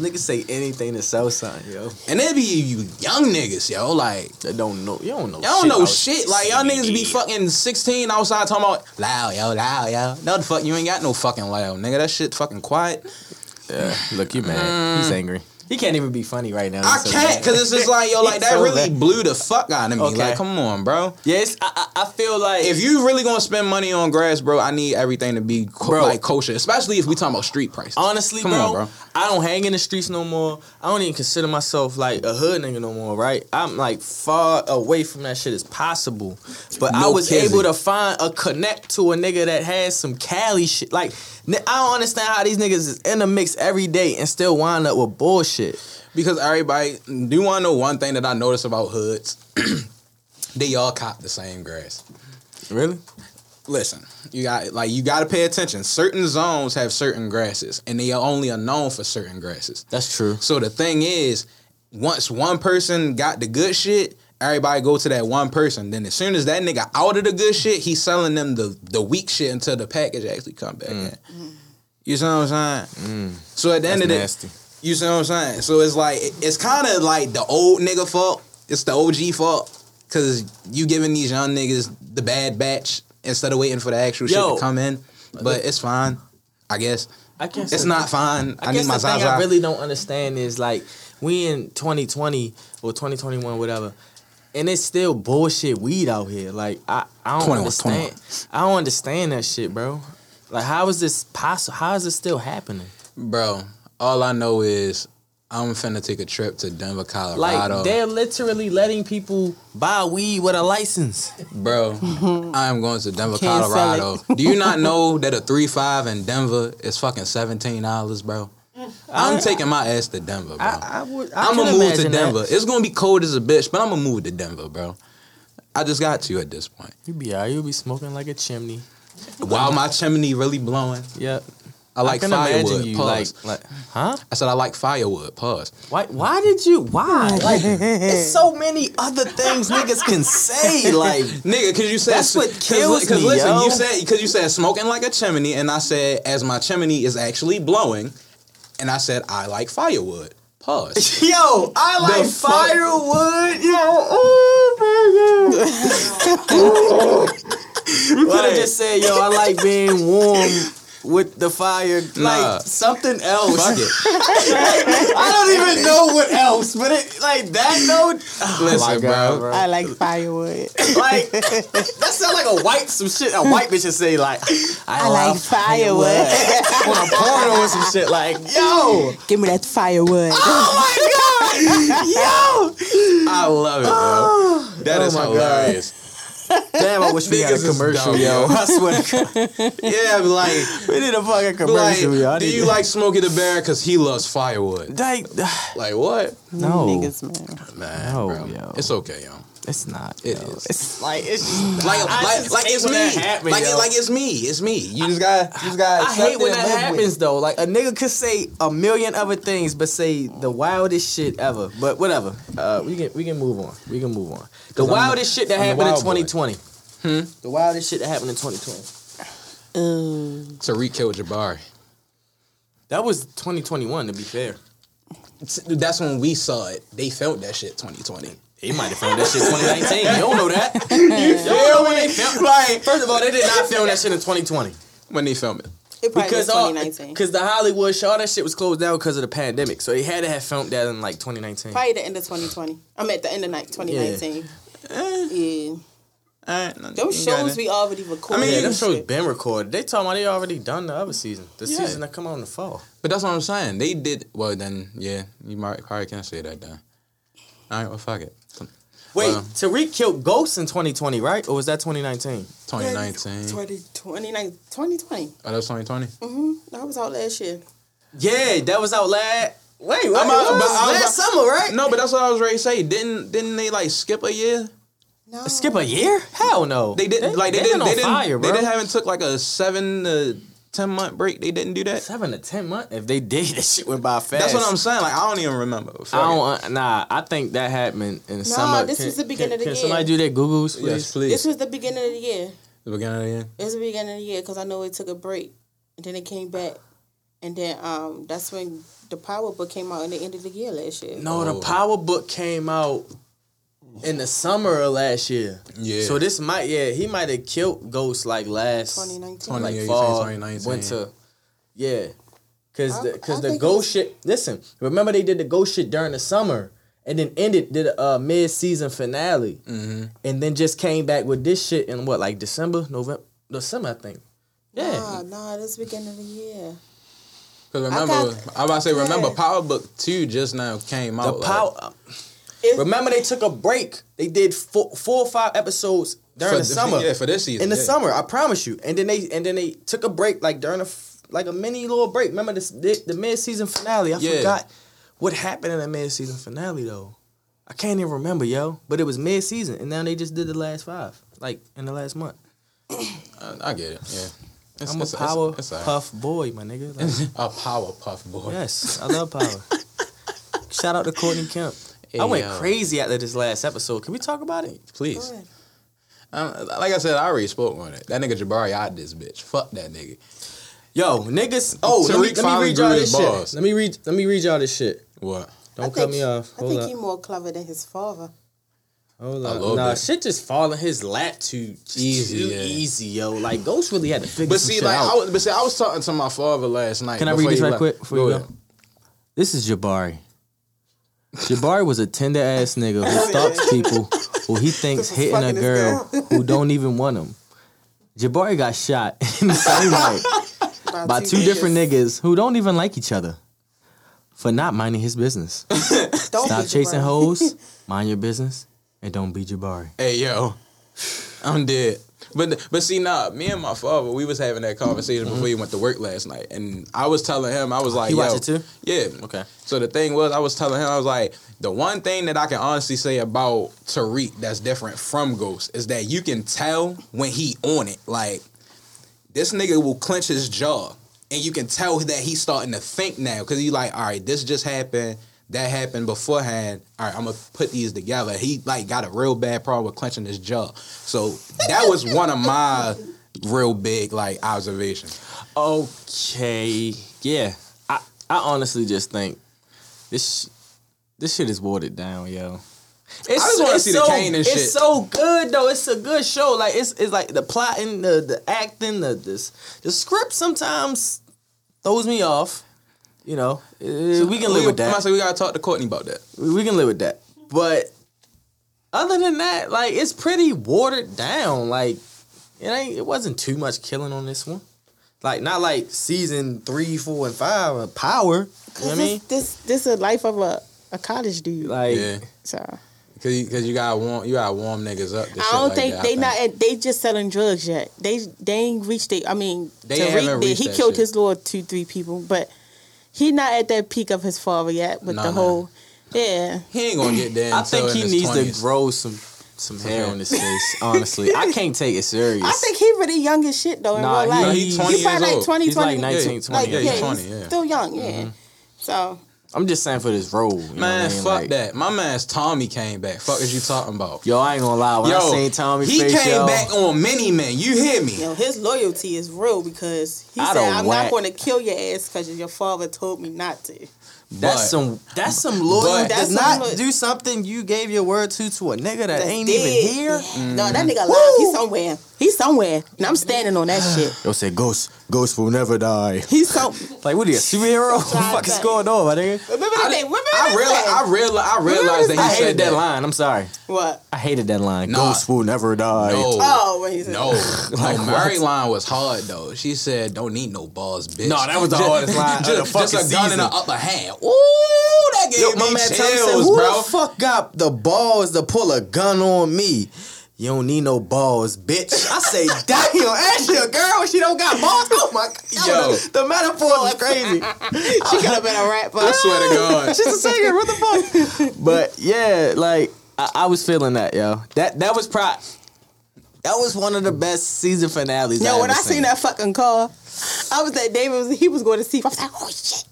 Speaker 2: Niggas say anything to sell something, yo.
Speaker 1: And it be you young niggas, yo. Like,
Speaker 2: That don't know. You don't know.
Speaker 1: y'all don't know
Speaker 2: about
Speaker 1: shit. Like, y'all niggas be
Speaker 2: CBD.
Speaker 1: fucking 16 outside talking about loud, yo, loud, yo. No, the fuck, you ain't got no fucking loud, nigga. That shit fucking quiet.
Speaker 2: Yeah. Look, you mad. He's angry. Mm. He can't even be funny right now.
Speaker 1: I
Speaker 2: He's so
Speaker 1: can't
Speaker 2: mad.
Speaker 1: because it's just like yo, like that
Speaker 2: So
Speaker 1: really
Speaker 2: bad.
Speaker 1: blew the fuck out of me.
Speaker 2: Okay.
Speaker 1: Like, come on, bro.
Speaker 2: Yes, I, I I feel like
Speaker 1: If you really gonna spend money on grass, bro, I need everything to be co-
Speaker 2: Bro.
Speaker 1: like kosher, especially if we talking about street prices.
Speaker 2: Honestly,
Speaker 1: Come
Speaker 2: bro,
Speaker 1: on, bro.
Speaker 2: I don't hang in the streets no more. I don't even consider myself like a hood nigga no more, right? I'm like far away from that shit as possible. But I
Speaker 1: No
Speaker 2: was
Speaker 1: kidding.
Speaker 2: able to find a connect to a nigga that has some Cali shit. Like, n- I don't understand how these niggas is in the mix every day and still wind up with bullshit.
Speaker 1: Because everybody, do you want to know one thing that I noticed about hoods? they all cop the same grass.
Speaker 2: Really?
Speaker 1: Listen, you got like you got to pay attention. Certain zones have certain grasses, and they only are known for certain grasses.
Speaker 2: That's true.
Speaker 1: So the thing is, once one person got the good shit, everybody go to that one person. Then as soon as that nigga out of the good shit, he's selling them the the weak shit until the package actually come back in. You see what I'm saying? So at the end of
Speaker 2: Mm. That's
Speaker 1: the
Speaker 2: nasty.
Speaker 1: you see what I'm saying? So it's like it- it's kind of like the old nigga fault. It's the OG fault because you giving these young niggas the bad batch instead of waiting for the actual shit
Speaker 2: Yo.
Speaker 1: to come in. But it's fine, I guess.
Speaker 2: I can't.
Speaker 1: It's
Speaker 2: say-
Speaker 1: not fine. I,
Speaker 2: I,
Speaker 1: need
Speaker 2: guess
Speaker 1: my
Speaker 2: the thing
Speaker 1: Zaza.
Speaker 2: I really don't understand is like we in 2020 or 2021, whatever, and it's still bullshit weed out here. Like I, I don't
Speaker 1: 21,
Speaker 2: understand.
Speaker 1: 21.
Speaker 2: I don't understand that shit, bro. Like how is this possible? How is this still happening?
Speaker 1: Bro, all I know is I'm finna take a trip to Denver,
Speaker 2: Like
Speaker 1: Colorado.
Speaker 2: they're literally letting people buy weed with a license.
Speaker 1: Bro, I am going to Denver,
Speaker 3: Can't sell
Speaker 1: Colorado. Do you not know that a three five in Denver is fucking $17, bro? I'm taking my ass to Denver, bro.
Speaker 2: I, I would. I
Speaker 1: I'm
Speaker 2: can
Speaker 1: gonna move to
Speaker 2: imagine that.
Speaker 1: Denver. It's gonna be cold as a bitch, but I'm gonna move to Denver, bro. I just got to at this point.
Speaker 2: You be all right. You be smoking like a chimney.
Speaker 1: While my chimney really blowing,
Speaker 2: Yep.
Speaker 1: I like
Speaker 2: can imagine
Speaker 1: firewood.
Speaker 2: you,
Speaker 1: pause.
Speaker 2: like- Huh?
Speaker 1: I said I like firewood. Pause.
Speaker 2: Why? Why did you? Why? Like, it's so many other things niggas can say. Like,
Speaker 1: Nigga, cause you said
Speaker 2: That's what kills
Speaker 1: Cause
Speaker 2: me,
Speaker 1: listen,
Speaker 2: yo.
Speaker 1: you said cause you said smoking like a chimney, and I said as my chimney is actually blowing, and I said I like firewood. Pause.
Speaker 2: yo, I like
Speaker 1: The fuck?
Speaker 2: firewood. Yo, oh my god. you could have just said, yo, I like being warm with the fire.
Speaker 1: Nah.
Speaker 2: Like something else.
Speaker 1: Fuck it.
Speaker 2: I don't even know what else, but it like that note.
Speaker 1: Oh Listen, bro.
Speaker 3: I like firewood.
Speaker 2: Like that sounds like a white some shit. A white bitch should say like, I,
Speaker 3: I like
Speaker 2: like
Speaker 3: firewood.
Speaker 2: on a porno or some shit. Like, yo,
Speaker 3: Give me that firewood.
Speaker 2: yo.
Speaker 1: I love it, bro. That
Speaker 2: Oh
Speaker 1: is
Speaker 2: my God.
Speaker 1: hilarious.
Speaker 2: Damn, I wish we had a
Speaker 1: Niggas is
Speaker 2: commercial,
Speaker 1: dumb,
Speaker 2: yo.
Speaker 1: yo.
Speaker 2: I swear to God.
Speaker 1: Yeah, but like,
Speaker 2: We need a fucking
Speaker 1: but like,
Speaker 2: commercial, yo. I
Speaker 1: do
Speaker 2: need
Speaker 1: you
Speaker 2: to-
Speaker 1: like Smokey the Bear? Cause he loves firewood.
Speaker 2: Like,
Speaker 1: Like what?
Speaker 2: no,
Speaker 3: Niggas, man.
Speaker 1: Man,
Speaker 2: No,
Speaker 1: bro.
Speaker 2: yo.
Speaker 1: It's okay, yo.
Speaker 2: it's not.
Speaker 1: It
Speaker 2: yo.
Speaker 1: is.
Speaker 2: It's like it's just,
Speaker 1: Like,
Speaker 2: I
Speaker 1: like,
Speaker 2: just
Speaker 1: like
Speaker 2: hate
Speaker 1: it's
Speaker 2: when that
Speaker 1: me.
Speaker 2: happen,
Speaker 1: like,
Speaker 2: yo.
Speaker 1: it, like it's me. It's me. You just got, you just got.
Speaker 2: I hate when that happens though. Like a nigga could say a million other things, but say the wildest shit ever. But whatever. Uh, we can we can move on. We can move on. The
Speaker 1: I'm-
Speaker 2: wildest shit that
Speaker 1: I'm the
Speaker 2: happened in
Speaker 1: wild boy.
Speaker 2: 2020. Hmm? The wildest shit that happened in 2020.
Speaker 3: Ooh.
Speaker 1: Tariq killed Jabari.
Speaker 2: That was 2021 to be fair.
Speaker 1: That's when we saw it. They felt that shit 2020.
Speaker 2: They might have filmed that shit 2019. You don't know that. you don't know when they filmed. Like, first of all, they did not film that shit in 2020
Speaker 1: When they filmed it.
Speaker 3: It probably
Speaker 2: because
Speaker 3: was
Speaker 2: all
Speaker 3: 2019.
Speaker 2: because the Hollywood show all that shit was closed down because of the pandemic. So they had to have filmed that in like 2019.
Speaker 3: probably the end of 2020. I'm at the end of night 2019. Yeah.
Speaker 1: All right,
Speaker 3: Those shows we already recorded.
Speaker 2: yeah, that
Speaker 3: and
Speaker 2: show's
Speaker 3: shit.
Speaker 2: been recorded. They talking about they already done the other season. The
Speaker 1: Yeah.
Speaker 2: season that come out in the fall.
Speaker 1: But that's what I'm saying. They did well. Then yeah, you might probably can't say that then. All right, well fuck it.
Speaker 2: Wait,
Speaker 1: Wow.
Speaker 2: Tariq killed ghosts in 2020, right? Or was that 2019?
Speaker 1: 2019.
Speaker 3: 2019. 2020.
Speaker 1: Oh, that was 2020.
Speaker 3: Mm-hmm. That was out last year.
Speaker 2: Yeah, that was out last. Wait, wait,
Speaker 1: I'm out-
Speaker 2: what?
Speaker 1: about- I was
Speaker 2: last
Speaker 1: about-
Speaker 2: summer, right?
Speaker 1: No, but that's what I was ready to say. Didn't didn't they like skip a year?
Speaker 3: No.
Speaker 2: Skip a year? Hell no.
Speaker 1: They didn't like they,
Speaker 2: they
Speaker 1: didn't
Speaker 2: been
Speaker 1: they
Speaker 2: on
Speaker 1: didn't
Speaker 2: fire,
Speaker 1: they
Speaker 2: bro.
Speaker 1: didn't haven't took like a seven to ten month break. They didn't do that.
Speaker 2: seven to ten months. If they did, that shit went by fast.
Speaker 1: That's what I'm saying. Like I don't even remember. Fuck
Speaker 2: I
Speaker 1: it.
Speaker 2: don't. Uh, nah, I think that happened in summer.
Speaker 3: this was the beginning
Speaker 2: can,
Speaker 3: of the
Speaker 2: Can
Speaker 3: year.
Speaker 2: somebody do their Googles, please?
Speaker 1: Yes, please.
Speaker 3: This was the beginning of the year.
Speaker 1: the beginning of the year.
Speaker 3: It was the beginning of the year because I know it took a break, and then it came back, and then um that's when the Power Book came out in the end of the year last year.
Speaker 2: No,
Speaker 1: Oh.
Speaker 2: the Power Book came out in the summer of last year.
Speaker 1: Yeah.
Speaker 2: So this might, yeah, he might have killed Ghost like last
Speaker 3: 2019.
Speaker 2: like
Speaker 1: 2018,
Speaker 2: fall,
Speaker 1: 2019.
Speaker 2: winter. Yeah. Cause
Speaker 3: I-
Speaker 2: the cause
Speaker 3: I
Speaker 2: the
Speaker 3: think
Speaker 2: go
Speaker 3: it's-
Speaker 2: shit. Listen, remember they did the go shit during the summer, and then ended did a uh, mid season finale,
Speaker 1: Mm-hmm.
Speaker 2: and then just came back with this shit in what like December, November, December I think. Yeah,
Speaker 3: Nah, nah, this beginning of the year.
Speaker 1: Because
Speaker 3: I
Speaker 1: remember,
Speaker 3: got-
Speaker 1: I, am about to say, remember,
Speaker 3: Yeah.
Speaker 1: Power Book 2 just now came
Speaker 2: the
Speaker 1: out. like,
Speaker 2: power. remember they took a break. They did four, four or five episodes during
Speaker 1: For
Speaker 2: the
Speaker 1: the-
Speaker 2: summer.
Speaker 1: yeah, for this season,
Speaker 2: In the
Speaker 1: yeah.
Speaker 2: summer, I promise you. And then they and then they took a break like during a f- like a mini little break. Remember this the, the mid season finale. I
Speaker 1: Yeah.
Speaker 2: forgot what happened in the mid season finale though. I can't even remember, yo. But it was mid season, and now they just did the last five, like in the last month.
Speaker 1: uh, I, I get it. Yeah. It's,
Speaker 2: I'm
Speaker 1: it's- it's-
Speaker 2: a power
Speaker 1: it's all right.
Speaker 2: puff boy, my nigga. Like,
Speaker 1: A power puff boy.
Speaker 2: Yes, I love power. Shout out to Courtney Kemp. I went
Speaker 1: Ayo.
Speaker 2: crazy after this last episode. Can we talk about it?
Speaker 1: Please. Um, like I said, I already spoke on it. That nigga Jabari out this bitch. Fuck that nigga.
Speaker 2: Yo, niggas. Oh, let
Speaker 1: Tariq
Speaker 2: me, let me
Speaker 1: finally
Speaker 2: read y'all
Speaker 1: grew
Speaker 2: this
Speaker 1: his
Speaker 2: shit.
Speaker 1: balls.
Speaker 2: Let me read. Let me read y'all this shit.
Speaker 1: What?
Speaker 2: Don't cut me off.
Speaker 3: I
Speaker 2: Hold
Speaker 3: think
Speaker 2: up.
Speaker 3: he more clever than his father.
Speaker 2: Hold
Speaker 1: A
Speaker 2: up.
Speaker 1: little
Speaker 2: Nah,
Speaker 1: bit.
Speaker 2: shit just fall in his lap too easy.
Speaker 1: Easy,
Speaker 2: Too
Speaker 1: yeah.
Speaker 2: easy, yo. Like Ghost really had to figure
Speaker 1: But
Speaker 2: some
Speaker 1: see,
Speaker 2: shit
Speaker 1: like,
Speaker 2: out.
Speaker 1: I was, but see, I was talking to my father last night.
Speaker 2: Can I read
Speaker 1: before
Speaker 2: this
Speaker 1: he
Speaker 2: right
Speaker 1: left.
Speaker 2: quick before you go?
Speaker 1: ahead.
Speaker 2: This is Jabari. Jabari was a tender ass nigga who stalks people who he thinks
Speaker 3: This is
Speaker 2: hitting a
Speaker 3: fucking this
Speaker 2: girl who don't even want him. Jabari got shot in the same night by two different niggas who don't even like each other for not minding his business.
Speaker 3: Don't
Speaker 2: Stop
Speaker 3: be
Speaker 2: chasing
Speaker 3: Jabari.
Speaker 2: hoes, mind your business, and don't be Jabari.
Speaker 1: Hey yo, I'm dead. But but see nah, me and my father, we was having that conversation before he went to work last night, and I was telling him, I was like,
Speaker 2: He
Speaker 1: yo,
Speaker 2: watched it too?
Speaker 1: yeah,
Speaker 2: Okay.
Speaker 1: So the thing was, I was telling him, I was like, the one thing that I can honestly say about Tariq that's different from Ghost is that you can tell when he on it, like this nigga will clench his jaw and you can tell that he's starting to think now because he's like all right this just happened that happened beforehand all right i'm gonna put these together he like got a real bad problem with clenching his jaw so that was one of my real big like observations
Speaker 2: Okay, yeah. I, I honestly just think this this shit is watered down, yo. It's,
Speaker 1: just wanna
Speaker 2: it's
Speaker 1: see the Kane and
Speaker 2: It's
Speaker 1: shit.
Speaker 2: so good though. It's a good show. Like it's it's like the plotting, the the acting, the this the script sometimes throws me off. You know, Uh, we can live with
Speaker 1: i
Speaker 2: that.
Speaker 1: say we gotta talk to courtney about that
Speaker 2: We we can live with that. But other than that, like it's pretty watered down. Like it ain't it wasn't too much killing on this one. Like not like season three, four, and five of power. You know what I mean?
Speaker 3: this this is life of a, a college dude.
Speaker 2: Like
Speaker 1: yeah
Speaker 3: so
Speaker 1: because you, 'cause you gotta warm you gotta warm niggas up to
Speaker 3: I
Speaker 1: shit
Speaker 3: don't
Speaker 1: like
Speaker 3: think
Speaker 1: that, I
Speaker 3: they not at, they just selling drugs yet. They they ain't reached they I mean
Speaker 1: They
Speaker 3: Tariq
Speaker 1: haven't
Speaker 3: did.
Speaker 1: reached
Speaker 3: He
Speaker 1: that
Speaker 3: killed
Speaker 1: shit.
Speaker 3: his little two three people, but he not at that peak of his father yet with
Speaker 1: Nah,
Speaker 3: the
Speaker 1: nah.
Speaker 3: whole yeah.
Speaker 1: he ain't gonna get there
Speaker 2: I
Speaker 1: until
Speaker 2: think
Speaker 1: in
Speaker 2: he
Speaker 1: his
Speaker 2: needs
Speaker 1: 20s.
Speaker 2: to grow some some hair on his face, honestly. I can't take it serious.
Speaker 3: I think he really young as shit though in
Speaker 2: Nah,
Speaker 3: real life.
Speaker 1: he,
Speaker 2: He's
Speaker 1: he 20
Speaker 3: he probably
Speaker 1: years
Speaker 3: like
Speaker 1: old.
Speaker 3: 20,
Speaker 2: He's like
Speaker 3: 20.
Speaker 2: 19, 20.
Speaker 3: Like,
Speaker 1: Yeah,
Speaker 3: yeah,
Speaker 1: he's 20,
Speaker 3: he's
Speaker 1: yeah. Mm-hmm.
Speaker 3: still young, yeah. So
Speaker 2: I'm just saying for this role. You know
Speaker 1: Man,
Speaker 2: what I mean?
Speaker 1: fuck
Speaker 2: Like,
Speaker 1: that. My man's Tommy came back. Fuck is you talking about?
Speaker 2: Yo, I ain't gonna lie. When I seen Tommy
Speaker 1: he
Speaker 2: face,
Speaker 1: came
Speaker 2: yo,
Speaker 1: back on many men. You hear me?
Speaker 3: you know, his loyalty is real because he
Speaker 2: Out
Speaker 3: said,
Speaker 2: of
Speaker 3: "I'm
Speaker 2: whack.
Speaker 3: not going to kill your ass because your father told me not to."
Speaker 2: That's
Speaker 1: But-
Speaker 2: some. That's some loyalty.
Speaker 1: But-
Speaker 2: That's
Speaker 3: That's some
Speaker 2: not
Speaker 3: lo-
Speaker 2: do something you gave your word to to a nigga that ain't even
Speaker 3: dead.
Speaker 2: here.
Speaker 3: No, that nigga alive. He's somewhere. He's somewhere, and I'm standing on that shit.
Speaker 2: Yo, say ghost. Ghost will never die.
Speaker 3: He's so.
Speaker 2: Like what are you, a superhero? what the
Speaker 3: Nah,
Speaker 2: fuck is
Speaker 3: but-
Speaker 2: going on, my nigga?
Speaker 3: Remember
Speaker 1: I,
Speaker 3: the thing. Remember
Speaker 1: I,
Speaker 3: that
Speaker 1: reali- I, reali- I realized that
Speaker 2: I
Speaker 1: he
Speaker 2: hated
Speaker 1: said
Speaker 2: that
Speaker 1: that line.
Speaker 2: line. I'm sorry.
Speaker 3: What?
Speaker 2: I hated that line.
Speaker 1: Nah.
Speaker 2: Ghost will never die.
Speaker 1: No.
Speaker 3: Oh, when he said
Speaker 1: No,
Speaker 2: Like
Speaker 1: no, Mary line was hard though. She said, "Don't need no balls, bitch."
Speaker 2: No, that was the hardest line of
Speaker 1: Just,
Speaker 2: the fucking
Speaker 1: just a gun
Speaker 2: season.
Speaker 1: in the upper hand. Ooh, that gave
Speaker 2: Yo,
Speaker 1: me
Speaker 2: my man
Speaker 1: chills,
Speaker 2: Tommy said, "Who
Speaker 1: bro.
Speaker 2: the fuck got the balls to pull a gun on me? You don't need no balls, bitch." I say, "Damn, ask your girl. She don't got balls." Oh my god,
Speaker 1: Yo.
Speaker 2: the, the metaphor was crazy.
Speaker 3: she could have been a rap.
Speaker 1: I swear to God.
Speaker 2: She's a singer. What the fuck? But yeah, like I, I was feeling that, yo. That that was pro. That was one of the best season finales.
Speaker 3: Yo,
Speaker 2: I
Speaker 3: when I
Speaker 2: ever
Speaker 3: seen that fucking car, I was at David. was- He was going to see. I was like, "Oh shit!"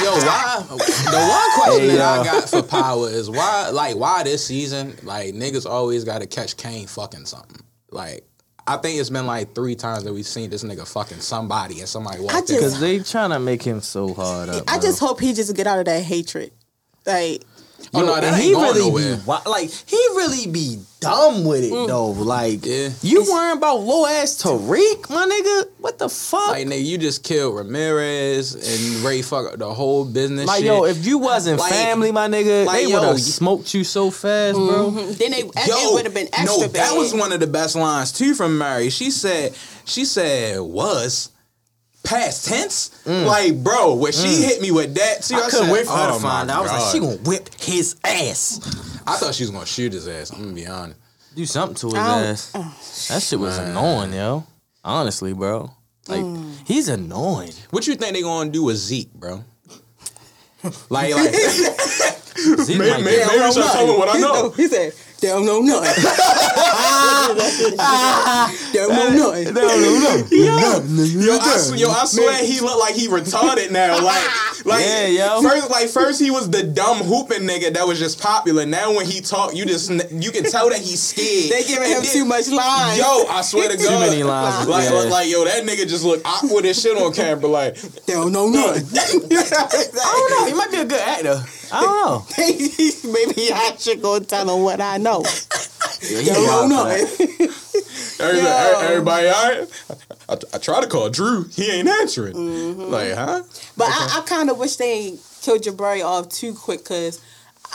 Speaker 1: Yo, why? The one question that
Speaker 2: Hey, yo.
Speaker 1: I got for Power is why, like, why this season, like, niggas always got to catch Kane fucking something. Like, I think it's been like three times that we've seen this nigga fucking somebody and somebody
Speaker 3: I
Speaker 1: walked
Speaker 3: just-
Speaker 1: in.
Speaker 2: because they trying to make him so hard up.
Speaker 3: I
Speaker 2: bro.
Speaker 3: just hope he just get out of that hatred. Like
Speaker 1: Oh, no, that
Speaker 2: and
Speaker 1: ain't
Speaker 2: he
Speaker 1: going
Speaker 2: really
Speaker 1: nowhere.
Speaker 2: be wi- like he really be dumb with it though. Like
Speaker 1: Yeah.
Speaker 2: you worrying about low ass Tariq, my nigga? What the fuck?
Speaker 1: Like nigga, you just killed Ramirez and Ray fuck up the whole business.
Speaker 2: Like
Speaker 1: shit.
Speaker 2: yo, if you wasn't
Speaker 1: Like-
Speaker 2: family, my nigga,
Speaker 1: like,
Speaker 2: they
Speaker 1: yo,
Speaker 2: would
Speaker 1: you-
Speaker 2: have smoked you so fast, bro.
Speaker 3: Then they it would have been extra
Speaker 1: no,
Speaker 3: bad.
Speaker 1: that was one of the best lines too from Mary. She said, she said was past tense. Like, bro, when she hit me with that, see, I,
Speaker 2: Mm. I couldn't
Speaker 1: said,
Speaker 2: wait for her
Speaker 1: "Oh
Speaker 2: to find
Speaker 1: my
Speaker 2: out. I was like, she
Speaker 1: God."
Speaker 2: gonna whip his ass.
Speaker 1: I thought she was gonna shoot his ass. I'm gonna be honest.
Speaker 2: Do something to his
Speaker 3: I don't-
Speaker 2: ass.
Speaker 3: Uh.
Speaker 2: That shit was annoying, yo. Honestly, bro. Like
Speaker 3: Mm.
Speaker 2: he's annoying.
Speaker 1: What you think they gonna do with Zeke, bro? Like, like
Speaker 2: Zeke might get-
Speaker 1: maybe I should tell her what I know.
Speaker 3: He said, they don't know nothing. they don't know nothing.
Speaker 1: Yo, I, sw- yo, I swear he looked like he retarded now. Like, like
Speaker 2: Yeah, yo.
Speaker 1: First, like first he was the dumb hooping nigga that was just popular. Now when he talk, you just n- you can tell that he's scared.
Speaker 3: They giving him
Speaker 1: And then-
Speaker 3: too much line.
Speaker 1: Yo, I swear to God,
Speaker 2: many lines,
Speaker 1: Like,
Speaker 2: yeah.
Speaker 1: like, like, yo, that nigga just looked awkward as shit on camera. Like,
Speaker 3: They don't know nothing.
Speaker 2: I don't know. He might be a good actor. I don't know.
Speaker 3: Maybe I should go tell them what I know.
Speaker 2: They
Speaker 3: They don't know
Speaker 2: it.
Speaker 3: nothing.
Speaker 1: everybody,
Speaker 3: Yo.
Speaker 1: e-, everybody all right? I, I try to call Drew, he ain't answering. Like, huh?
Speaker 3: But I, I kind of wish they ain't killed Jabari off too quick because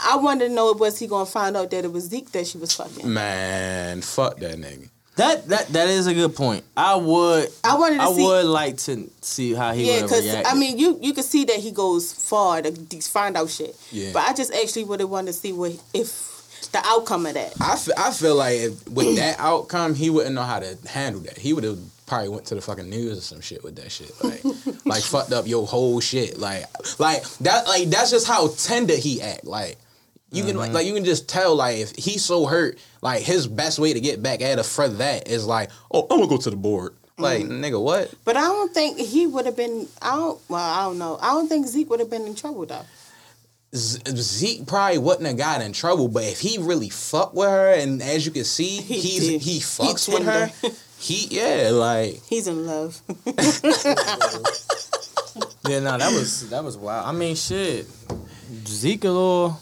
Speaker 3: I wanted to know was he going to find out that it was Zeke that she was
Speaker 2: Mm.
Speaker 3: fucking.
Speaker 1: Man, fuck that nigga.
Speaker 2: That that that is a good point. I would
Speaker 3: I wanted to
Speaker 2: I
Speaker 3: see.
Speaker 2: would like to see how he
Speaker 3: yeah,
Speaker 2: would
Speaker 3: because
Speaker 2: react.
Speaker 3: I mean, you you can see that he goes far to de- find out shit.
Speaker 1: Yeah.
Speaker 3: But I just actually would have wanted to see what if the outcome of that.
Speaker 1: I fe- I feel like if, with that outcome, he wouldn't know how to handle that. He would have probably went to the fucking news or some shit with that shit, like like fucked up your whole shit, like like that like that's just how tender he act, like. You can like, like you can just tell like if he's so hurt, like his best way to get back at us for that is like, oh, I'm gonna go to the board. Like, nigga, what?
Speaker 3: But I don't think he would have been. I don't. Well, I don't know. I don't think Zeke would have been in trouble though.
Speaker 1: Z- Zeke probably wouldn't have got in trouble, but if he really fucked with her, and as you can see, he's
Speaker 3: did.
Speaker 1: he
Speaker 3: He
Speaker 1: fucks with her. He yeah, like
Speaker 3: He's in love.
Speaker 2: yeah, no, that was that was wild. I mean, shit, Zeke a little.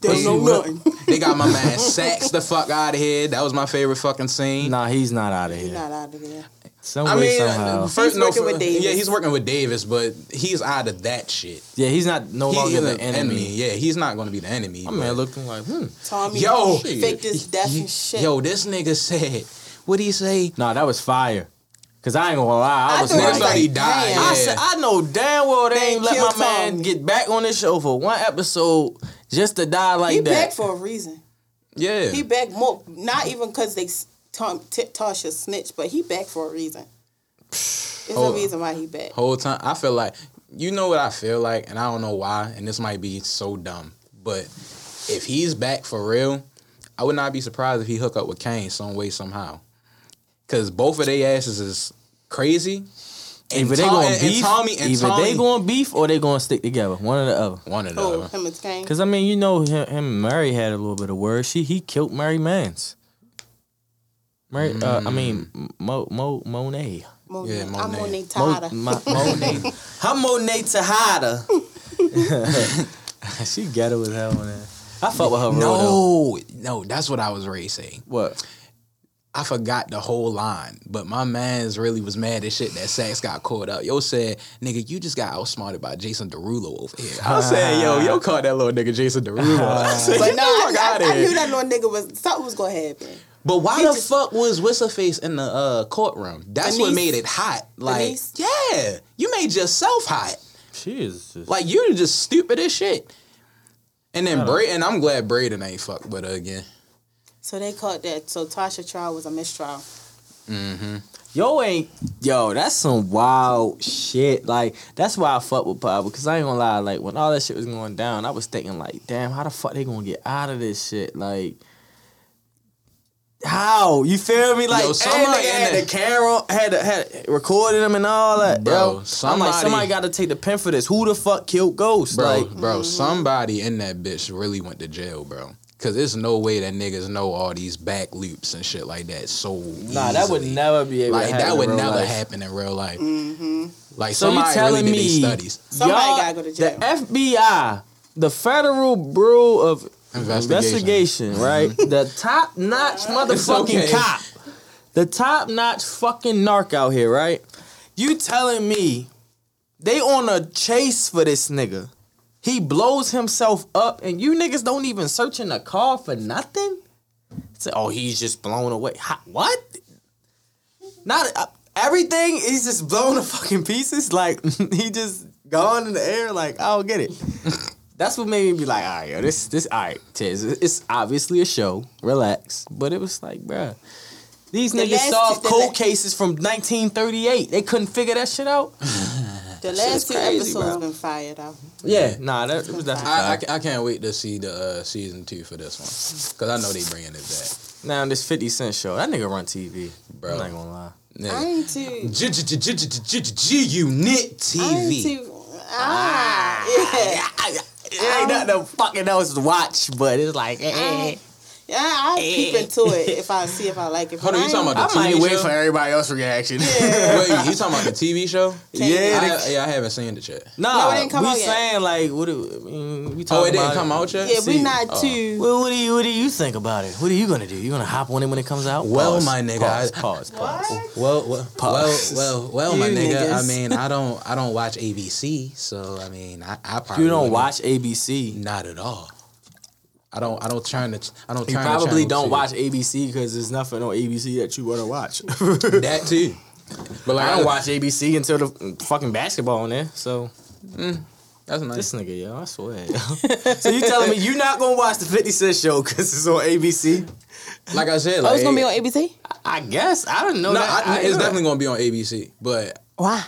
Speaker 3: Don't know nothing.
Speaker 1: They got my man Sax the fuck out of here. That was my favorite fucking scene.
Speaker 2: Nah, he's not out of
Speaker 3: He's
Speaker 2: here.
Speaker 3: not out of there.
Speaker 2: Some
Speaker 1: I
Speaker 2: way,
Speaker 1: mean,
Speaker 2: somehow.
Speaker 1: first
Speaker 3: He's
Speaker 1: no,
Speaker 3: working
Speaker 1: fir-
Speaker 3: with Davis.
Speaker 1: yeah, he's working with Davis, but he's out of that shit.
Speaker 2: Yeah, he's not no
Speaker 1: He
Speaker 2: longer
Speaker 1: is
Speaker 2: the
Speaker 1: an
Speaker 2: enemy.
Speaker 1: Yeah, he's not going to be the enemy.
Speaker 2: I
Speaker 1: but-
Speaker 2: mean, looking like hmm.
Speaker 3: Tommy,
Speaker 1: Yo,
Speaker 3: fake this death
Speaker 1: Ye-
Speaker 3: and shit.
Speaker 1: Yo, this nigga said, what he say?
Speaker 2: Nah, that was fire. Cause I ain't gonna lie, I,
Speaker 3: I
Speaker 2: was
Speaker 3: thought-
Speaker 2: like,
Speaker 1: Nigga thought he died.
Speaker 3: Damn.
Speaker 2: I
Speaker 1: yeah.
Speaker 2: said, I know damn well they,
Speaker 3: They
Speaker 2: ain't let
Speaker 3: killed
Speaker 2: my man
Speaker 3: Tommy.
Speaker 2: get back on this show for one episode just to die like
Speaker 3: he
Speaker 2: that.
Speaker 3: back for a reason.
Speaker 1: yeah.
Speaker 3: He back more, not even because they s- Tom, t- Tasha snitched, but he back for a reason. There's
Speaker 1: Hold
Speaker 3: a
Speaker 1: on.
Speaker 3: reason why he back.
Speaker 1: whole time. I feel like you know what I feel like, and I don't know why. And this might be so dumb, but if he's back for real, I would not be surprised if he hook up with Kane some way somehow, because both of their asses is crazy. And
Speaker 2: Either they
Speaker 1: Tom-
Speaker 2: gonna
Speaker 1: and- and
Speaker 2: beef,
Speaker 1: Tommy and
Speaker 2: either
Speaker 1: Tommy-
Speaker 2: they gonna beef or they gonna stick together, one or the other.
Speaker 1: One of the
Speaker 3: Oh,
Speaker 1: other.
Speaker 3: him and Kane.
Speaker 2: Cause I mean, you know, him, him and Murray had a little bit of words. She he killed Murray Mans. Murray, uh, I mean, Mo Mo Monet.
Speaker 3: Monet.
Speaker 1: Yeah,
Speaker 3: I'm
Speaker 1: Monet.
Speaker 3: Monet
Speaker 2: Mo,
Speaker 3: Tada.
Speaker 2: Mo, Monet. I'm Monet Tejada. she ghetto as hell on that. I fuck with her real though.
Speaker 1: No, no, that's what I was really saying.
Speaker 2: What?
Speaker 1: I forgot the whole line, but my man's really was mad as shit that Sax got caught up. Yo said, nigga, you just got outsmarted by Jason Derulo over here. I said, yo, yo caught that little nigga Jason Derulo. I said,
Speaker 3: But
Speaker 1: "Get the
Speaker 3: no, I,
Speaker 1: fuck
Speaker 3: I,
Speaker 1: outta
Speaker 3: I
Speaker 1: here."
Speaker 3: knew that little nigga was something was gonna happen.
Speaker 1: But why
Speaker 3: He
Speaker 1: the
Speaker 3: just-
Speaker 1: fuck was Whistleface in the uh, courtroom? That's what
Speaker 3: Denise?
Speaker 1: made it hot. Like,
Speaker 3: Denise?
Speaker 1: yeah, you made yourself hot.
Speaker 2: She is. Just,
Speaker 1: Like, you just stupid as shit. And then Bray, and I'm glad Braden ain't fucked with her again.
Speaker 3: So they caught that. So Tasha trial was a mistrial.
Speaker 2: yo ain't yo. That's some wild shit. Like that's why I fuck with Pablo. Cause I ain't gonna lie. Like when all that shit was going down, I was thinking like, damn, how the fuck they gonna get out of this shit? Like. How you feel me? Like
Speaker 1: somebody
Speaker 2: somebody
Speaker 1: in
Speaker 2: had
Speaker 1: there-
Speaker 2: the camera, had had recorded them and all that.
Speaker 1: Bro,
Speaker 2: yo. I'm
Speaker 1: somebody-
Speaker 2: like, somebody got to take the pen for this. Who the fuck killed Ghost?
Speaker 1: Bro,
Speaker 2: like, mm-hmm.
Speaker 1: bro, somebody in that bitch really went to jail, bro. Cause there's no way that niggas know all these back loops and shit like that. So
Speaker 2: nah, that would
Speaker 1: easily.
Speaker 2: never be able
Speaker 1: like
Speaker 2: to happen.
Speaker 1: that would
Speaker 2: in real
Speaker 1: never
Speaker 2: life. Mm-hmm.
Speaker 1: happen in real life. Like
Speaker 2: So you
Speaker 1: somebody
Speaker 2: telling
Speaker 1: really did
Speaker 2: me
Speaker 1: these studies.
Speaker 3: Somebody
Speaker 2: y'all-
Speaker 3: gotta go to jail.
Speaker 2: The FBI the Federal Bureau of
Speaker 1: Investigation.
Speaker 2: Investigation, right? the top notch motherfucking
Speaker 1: okay.
Speaker 2: cop. The top notch fucking narc out here, right? You telling me they on a chase for this nigga. He blows himself up and you niggas don't even search in the car for nothing? Say, oh, he's just blown away. Ha- what? Not uh, everything is just blown to fucking pieces. Like he just gone in the air. Like I don't get it. That's what made me be like, all right, yo, this, this, all right, Tiz, it's obviously a show. Relax, but it was like, bruh, these
Speaker 3: The
Speaker 2: niggas
Speaker 3: last-
Speaker 2: solved
Speaker 3: the
Speaker 2: cold
Speaker 3: la-
Speaker 2: cases from 1938. They couldn't figure that shit out.
Speaker 3: The
Speaker 2: is
Speaker 3: last two
Speaker 2: crazy,
Speaker 3: episodes
Speaker 2: bro.
Speaker 3: been fired out.
Speaker 2: Yeah, nah, that was that's
Speaker 1: I, I, ca- I can't wait to see the uh, season two for this one because I know they bringing it back.
Speaker 2: now this 50 Cent show. That nigga run TV, bro.
Speaker 1: Bro.
Speaker 2: I'm not gonna lie.
Speaker 3: I
Speaker 1: Nigga.
Speaker 3: ain't too.
Speaker 1: G G G G G G G- G Unit
Speaker 3: I ain't
Speaker 1: TV.
Speaker 3: too. Ah, yeah.
Speaker 2: It ain't nothing to fucking else to watch, but it's like, eh, eh.
Speaker 3: Yeah, I'll peep into it if I see if I like it.
Speaker 1: Eh. Hold on, you talking about
Speaker 2: I
Speaker 1: the
Speaker 2: might
Speaker 1: TV
Speaker 2: wait
Speaker 1: show?
Speaker 2: for everybody else's reaction.
Speaker 1: Wait, you talking about the TV show?
Speaker 2: Yeah,
Speaker 1: I,
Speaker 2: they-
Speaker 1: yeah, I haven't seen it yet.
Speaker 2: Nah,
Speaker 3: No, it didn't come
Speaker 2: we
Speaker 3: out yet.
Speaker 2: saying like what? Do, I mean, we talking
Speaker 1: Oh, it didn't
Speaker 2: about
Speaker 1: come out yet.
Speaker 3: Yeah, we
Speaker 2: See,
Speaker 3: not
Speaker 1: oh.
Speaker 3: too.
Speaker 2: Well, what do you what do you think about it? What are you gonna do? You gonna hop on it when it comes out?
Speaker 1: Well,
Speaker 2: Pause,
Speaker 1: my nigga,
Speaker 2: pause,
Speaker 1: I-
Speaker 2: pause, pause.
Speaker 1: Well, well, well,
Speaker 2: Pause.
Speaker 1: well, well, my
Speaker 3: You
Speaker 1: nigga. I
Speaker 3: niggas.
Speaker 1: mean, I don't, I don't watch ABC, so I mean, I, I probably
Speaker 2: You don't
Speaker 1: wouldn't-
Speaker 2: watch ABC.
Speaker 1: Not at all. I don't. I don't turn the. I don't.
Speaker 2: You
Speaker 1: turn
Speaker 2: probably
Speaker 1: the channel
Speaker 2: don't
Speaker 1: to
Speaker 2: watch ABC because there's nothing on ABC that you wanna watch.
Speaker 1: that too. But like,
Speaker 2: I don't watch ABC until the fucking basketball on there. So
Speaker 1: That's nice.
Speaker 2: this nigga, yo, I swear. yo. so you telling me you're not gonna watch the 50 Cent show because it's on ABC?
Speaker 1: like I said,
Speaker 3: Oh,
Speaker 1: like,
Speaker 3: it's gonna be on ABC.
Speaker 2: I guess I don't know.
Speaker 1: No,
Speaker 2: that.
Speaker 1: I-
Speaker 2: I-
Speaker 1: it's definitely gonna be on ABC. But
Speaker 3: Why?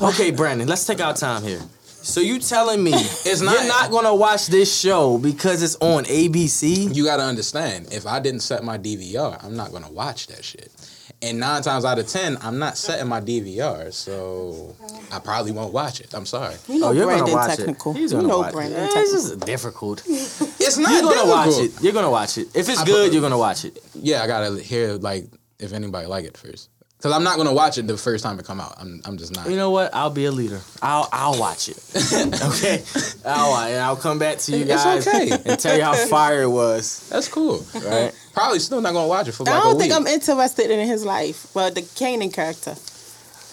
Speaker 2: Okay, Brandon, let's take our time here. So you telling me it's
Speaker 1: not-
Speaker 2: you're not gonna watch this show because it's on ABC?
Speaker 1: you gotta understand, if I didn't set my DVR, I'm not gonna watch that shit. And nine times out of ten, I'm not setting my DVR, so I probably won't watch it. I'm sorry.
Speaker 3: You know Brandon
Speaker 2: it.
Speaker 3: technical.
Speaker 2: He's
Speaker 3: you
Speaker 2: gonna
Speaker 3: know
Speaker 2: watch it.
Speaker 3: Brandon
Speaker 2: Eh, It's
Speaker 3: technical.
Speaker 2: just difficult.
Speaker 1: It's not
Speaker 2: You're gonna watch
Speaker 1: difficult.
Speaker 2: it. You're gonna watch it. If it's
Speaker 1: I
Speaker 2: good,
Speaker 1: put-
Speaker 2: you're gonna watch it.
Speaker 1: Yeah, I gotta hear like if anybody like it first, because I'm not gonna watch it the first time it come out. I'm I'm just not.
Speaker 2: You know what? I'll be a leader. I'll I'll watch it. okay. I'll watch it. I'll come back to you
Speaker 1: It's
Speaker 2: guys
Speaker 1: okay.
Speaker 2: and tell you how fire it was.
Speaker 1: That's cool.
Speaker 2: Right?
Speaker 1: Probably still not gonna watch it for like
Speaker 3: I
Speaker 1: a
Speaker 3: don't
Speaker 1: week.
Speaker 3: think I'm interested in his life, but the Kanan character.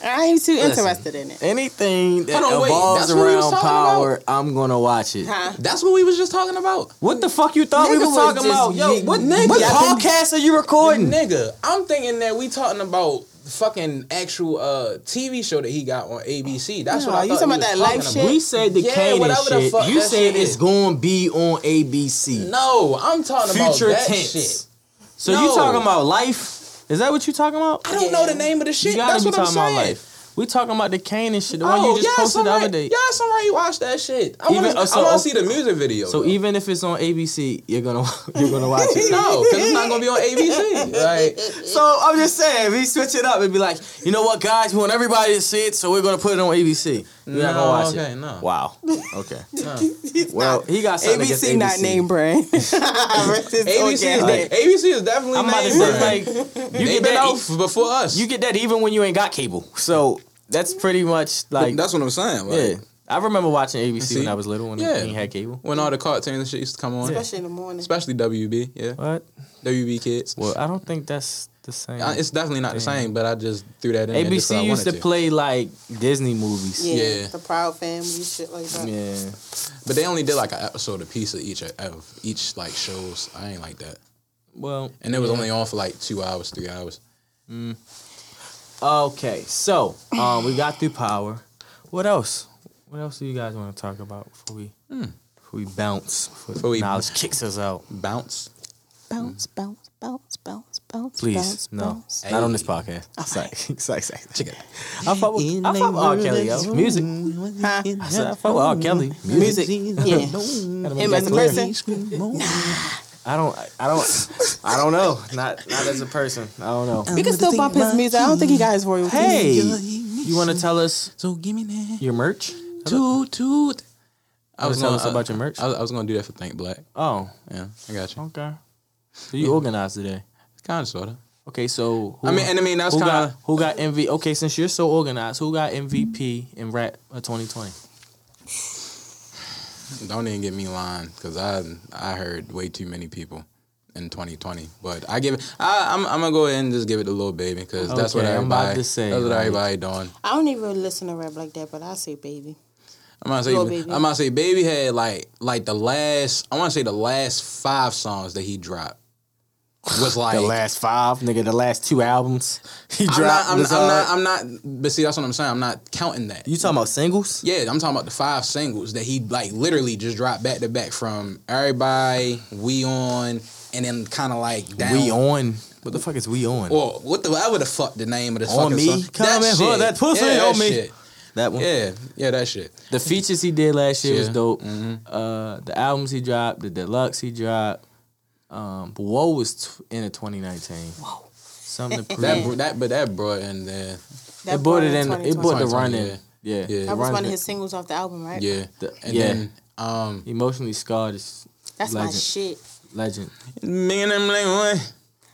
Speaker 3: I ain't too
Speaker 2: Listen.
Speaker 3: interested in it.
Speaker 2: Anything that
Speaker 1: Hold on, wait.
Speaker 2: evolves
Speaker 1: That's what we was
Speaker 2: around
Speaker 1: talking
Speaker 2: power, I'm gonna watch it.
Speaker 3: Huh?
Speaker 1: That's what we was just talking about.
Speaker 2: What the fuck you thought we
Speaker 3: Nigga
Speaker 2: was
Speaker 3: was
Speaker 2: talking
Speaker 3: just
Speaker 2: about? Yo,
Speaker 3: ye-
Speaker 2: what,
Speaker 3: nigga.
Speaker 2: what
Speaker 3: Yapping.
Speaker 2: podcast are you recording?
Speaker 1: Nigga, I'm thinking that we talking about fucking actual uh TV show that he got on ABC. That's
Speaker 3: No,
Speaker 1: what I
Speaker 3: you
Speaker 1: thought
Speaker 3: talking
Speaker 1: we was
Speaker 3: about that life
Speaker 1: talking
Speaker 3: shit?
Speaker 2: We said the
Speaker 1: Yeah,
Speaker 2: Kanan
Speaker 1: whatever the
Speaker 2: shit.
Speaker 1: fuck
Speaker 2: you
Speaker 1: that
Speaker 2: said
Speaker 1: shit
Speaker 2: it's
Speaker 1: is.
Speaker 2: going to be on ABC.
Speaker 1: No, I'm talking
Speaker 2: Future
Speaker 1: about that
Speaker 2: tense.
Speaker 1: shit.
Speaker 2: So you
Speaker 1: No.
Speaker 2: talking about life? Is that what you talking about?
Speaker 1: I don't know the name of the
Speaker 2: You
Speaker 1: shit.
Speaker 2: gotta
Speaker 1: That's
Speaker 2: be
Speaker 1: what I'm
Speaker 2: talking
Speaker 1: saying.
Speaker 2: about life. We talking about the Kanan shit, the one
Speaker 1: Oh,
Speaker 2: you just
Speaker 1: yeah,
Speaker 2: posted the
Speaker 1: somebody,
Speaker 2: other day.
Speaker 1: yeah, somebody watched that shit. I
Speaker 2: Even-
Speaker 1: want to
Speaker 2: uh, so-
Speaker 1: see the music video.
Speaker 2: So
Speaker 1: though.
Speaker 2: even if it's on ABC, you're gonna you're gonna watch it.
Speaker 1: no, because it's not gonna be on ABC. Like,
Speaker 2: So I'm just saying, we switch it up and be like, you know what, guys, we want everybody to see it, so we're gonna put it on ABC. You're not
Speaker 1: No,
Speaker 2: gonna watch
Speaker 1: okay,
Speaker 2: it.
Speaker 1: no.
Speaker 2: Wow. Okay. Well, he got something against
Speaker 3: ABC not named Brand.
Speaker 1: ABC,
Speaker 3: ABC
Speaker 1: is de- ABC is definitely.
Speaker 2: I'm about
Speaker 1: named
Speaker 2: to say
Speaker 1: Brand.
Speaker 2: like you
Speaker 1: They've
Speaker 2: get
Speaker 1: been
Speaker 2: that
Speaker 1: out f- before us.
Speaker 2: you get that even when you ain't got cable. So that's pretty much like
Speaker 1: that's what I'm saying. Like,
Speaker 2: yeah. I remember watching ABC
Speaker 1: See?
Speaker 2: when I was little when
Speaker 1: Yeah.
Speaker 2: we ain't had cable.
Speaker 1: When all the cartoons and shit used to come on,
Speaker 3: Especially in the morning.
Speaker 1: especially WB, yeah,
Speaker 2: What?
Speaker 1: WB kids.
Speaker 2: Well, I don't think that's the same.
Speaker 1: I- It's definitely not the same, but I just threw that in. there just 'cause I
Speaker 2: ABC used
Speaker 1: wanted
Speaker 2: to play like Disney movies.
Speaker 3: Yeah,
Speaker 1: Yeah.
Speaker 3: the Proud Family, shit like that.
Speaker 2: Yeah.
Speaker 1: but they only did like an episode a piece of each of each like shows. I ain't like that,
Speaker 2: Well,
Speaker 1: and it was only on for like two hours, three hours.
Speaker 2: okay. So, um, we got through power. What else? What else do you guys want to talk about before we before we bounce? Before,
Speaker 1: Hmm. Before we-
Speaker 2: knowledge kicks us out.
Speaker 1: Bounce.
Speaker 3: Bounce, bounce, bounce, bounce, bounce.
Speaker 2: Please,
Speaker 3: bounce,
Speaker 2: no,
Speaker 3: Bounce.
Speaker 2: not on this podcast. Sorry, sorry, sorry. I fuck with,
Speaker 4: In
Speaker 2: I fuck with R.
Speaker 4: the
Speaker 2: Kelly, yo.
Speaker 4: room.
Speaker 2: Music.
Speaker 3: Huh?
Speaker 2: I said I fuck with R. Kelly.
Speaker 3: Music. Yeah.
Speaker 2: Gotta make
Speaker 3: Him
Speaker 2: that
Speaker 3: as a
Speaker 2: clear.
Speaker 3: person.
Speaker 2: I don't. I don't. I don't know. Not not as a person. I don't
Speaker 1: Um,
Speaker 2: know.
Speaker 3: We can still bump his music. I don't think he got his royalties.
Speaker 2: Hey, you want to tell us
Speaker 1: So give me that
Speaker 2: your merch?
Speaker 1: toot toot. I
Speaker 2: was
Speaker 1: was
Speaker 2: tell
Speaker 1: gonna uh,
Speaker 2: us about your merch.
Speaker 1: I was, I was gonna do that for Think Black.
Speaker 2: Oh,
Speaker 1: Yeah, I got you.
Speaker 2: okay. So you organized today.
Speaker 1: Kind of sorta.
Speaker 2: Okay, so who,
Speaker 1: I mean, and I mean that's
Speaker 2: who got
Speaker 1: kind of.
Speaker 2: who got MVP? Okay, since you're so organized, who got MVP in rap of 2020?
Speaker 1: Don't even get me lying, because I I heard way too many people in 2020. But I give it. I, I'm I'm gonna go ahead and just give it to Lil Baby because that's what
Speaker 5: Okay, I'm about
Speaker 1: everybody.
Speaker 5: to say,
Speaker 1: that's what
Speaker 5: like-
Speaker 1: everybody doing.
Speaker 3: I don't even listen to rap like that, but I say baby.
Speaker 1: I'm gonna say
Speaker 3: Lil Baby.
Speaker 1: I'm gonna say Baby had like like the last I want to say the last five songs that he dropped was like
Speaker 5: The last five, nigga, the last two albums he
Speaker 1: I'm
Speaker 5: dropped.
Speaker 1: not, I'm,
Speaker 5: was,
Speaker 1: I'm
Speaker 5: uh,
Speaker 1: not I'm not but see that's what I'm saying I'm not counting that
Speaker 5: you talking about singles?
Speaker 1: Yeah, I'm talking about the five singles that he like literally just dropped back to back from Everybody, We On, and then kind of like down.
Speaker 5: We on. What the fuck is we on?
Speaker 1: Or what the whatever the fuck the name of the
Speaker 5: On
Speaker 1: fucking
Speaker 5: me,
Speaker 1: song.
Speaker 5: come and put that pussy
Speaker 1: yeah,
Speaker 5: on
Speaker 1: that
Speaker 5: me.
Speaker 1: Shit.
Speaker 5: that one.
Speaker 1: Yeah, yeah, that shit.
Speaker 2: The features he did last year was
Speaker 1: Yeah.
Speaker 2: dope.
Speaker 5: Mm-hmm.
Speaker 2: Uh, the albums he dropped, the deluxe he dropped. Um, but Woe was t- in the 2019. Whoa. Something to
Speaker 1: That
Speaker 2: prove.
Speaker 1: br- that but that brought in there.
Speaker 3: That
Speaker 2: it brought
Speaker 3: boy
Speaker 2: it in. It
Speaker 3: 2020.
Speaker 2: brought the
Speaker 1: 2020,
Speaker 2: running. Yeah.
Speaker 1: yeah.
Speaker 3: That
Speaker 2: The
Speaker 3: was
Speaker 2: Run
Speaker 3: one of
Speaker 2: In.
Speaker 3: his singles off the album, right?
Speaker 1: Yeah,
Speaker 2: The-
Speaker 1: and
Speaker 2: yeah.
Speaker 1: then um,
Speaker 2: Emotionally scarred is
Speaker 3: That's my
Speaker 2: legend.
Speaker 3: shit.
Speaker 2: legend.
Speaker 1: me and them like what?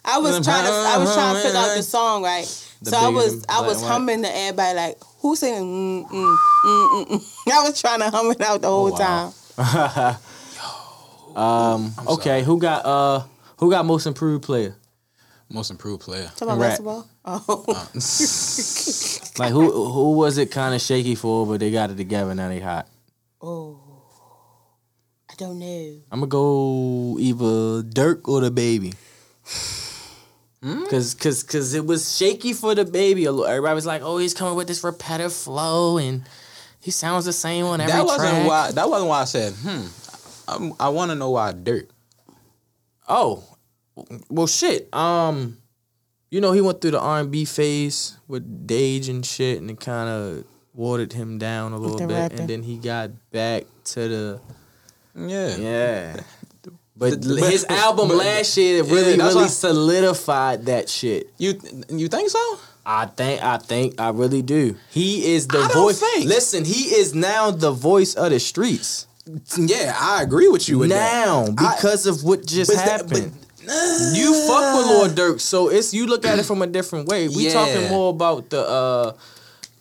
Speaker 3: I was trying to I was trying to figure out the song, right?
Speaker 2: Uh-huh. The
Speaker 3: so I
Speaker 2: big
Speaker 3: was
Speaker 2: and
Speaker 3: I
Speaker 2: black
Speaker 3: was
Speaker 2: and white.
Speaker 3: humming to everybody like who singing mm mm mm mm. mm. I was trying to hum it out the
Speaker 2: Oh,
Speaker 3: whole time.
Speaker 2: Okay, who got uh who got most improved player?
Speaker 1: Most improved player.
Speaker 3: Talk about
Speaker 2: Rap.
Speaker 3: basketball. Oh,
Speaker 2: Like who who was it kind of shaky for, but they got it together now they hot.
Speaker 3: oh, I don't know.
Speaker 2: I'm gonna go either Dirk or the baby.
Speaker 1: Hmm?
Speaker 2: Cause, cause, cause it was shaky for the baby. a little. Everybody was like, "Oh, he's coming with this repetitive flow, and he sounds the same on every
Speaker 1: That wasn't
Speaker 2: track."
Speaker 1: why. That wasn't why I said. Hmm. I'm, I want to know why Dirt.
Speaker 2: Oh, well, shit. Um, you know, he went through the R and B phase with Dage and shit, and it kind of watered him down a little
Speaker 3: the
Speaker 2: bit,
Speaker 3: rapping.
Speaker 2: and then he got back to the
Speaker 1: Yeah.
Speaker 2: yeah. But
Speaker 1: The-
Speaker 2: his
Speaker 1: but-
Speaker 2: album
Speaker 1: but-
Speaker 2: last year it really
Speaker 1: Yeah, that's
Speaker 2: really
Speaker 1: why-
Speaker 2: solidified that shit.
Speaker 1: You you think so?
Speaker 2: I think I think I really do. He is the
Speaker 1: I don't
Speaker 2: voice.
Speaker 1: think.
Speaker 2: Listen, he is now the voice of the streets.
Speaker 1: Yeah, I agree with you with that.
Speaker 2: now
Speaker 1: I-
Speaker 2: because of what just
Speaker 1: But that-
Speaker 2: happened.
Speaker 1: but-
Speaker 2: you fuck with Lord Dirk, so it's you look at it from a different way. We
Speaker 1: Yeah.
Speaker 2: talking more about the uh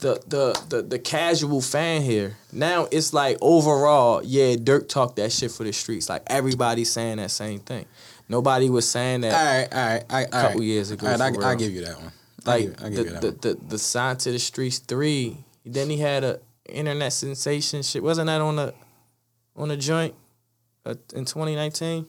Speaker 2: the, the the the casual fan here. Now it's like overall, yeah, Dirk talked that shit for the streets. Like everybody's saying that same thing. Nobody was saying that
Speaker 1: All right, all right, all right. A
Speaker 2: Couple years ago,
Speaker 1: All
Speaker 2: for
Speaker 1: right, I, I
Speaker 2: real.
Speaker 1: give you that one. I
Speaker 2: like
Speaker 1: give, I give you
Speaker 2: the,
Speaker 1: that
Speaker 2: the,
Speaker 1: one.
Speaker 2: the the sign to the streets three. Then he had a internet sensation shit. Wasn't that on the on the joint uh, in twenty nineteen?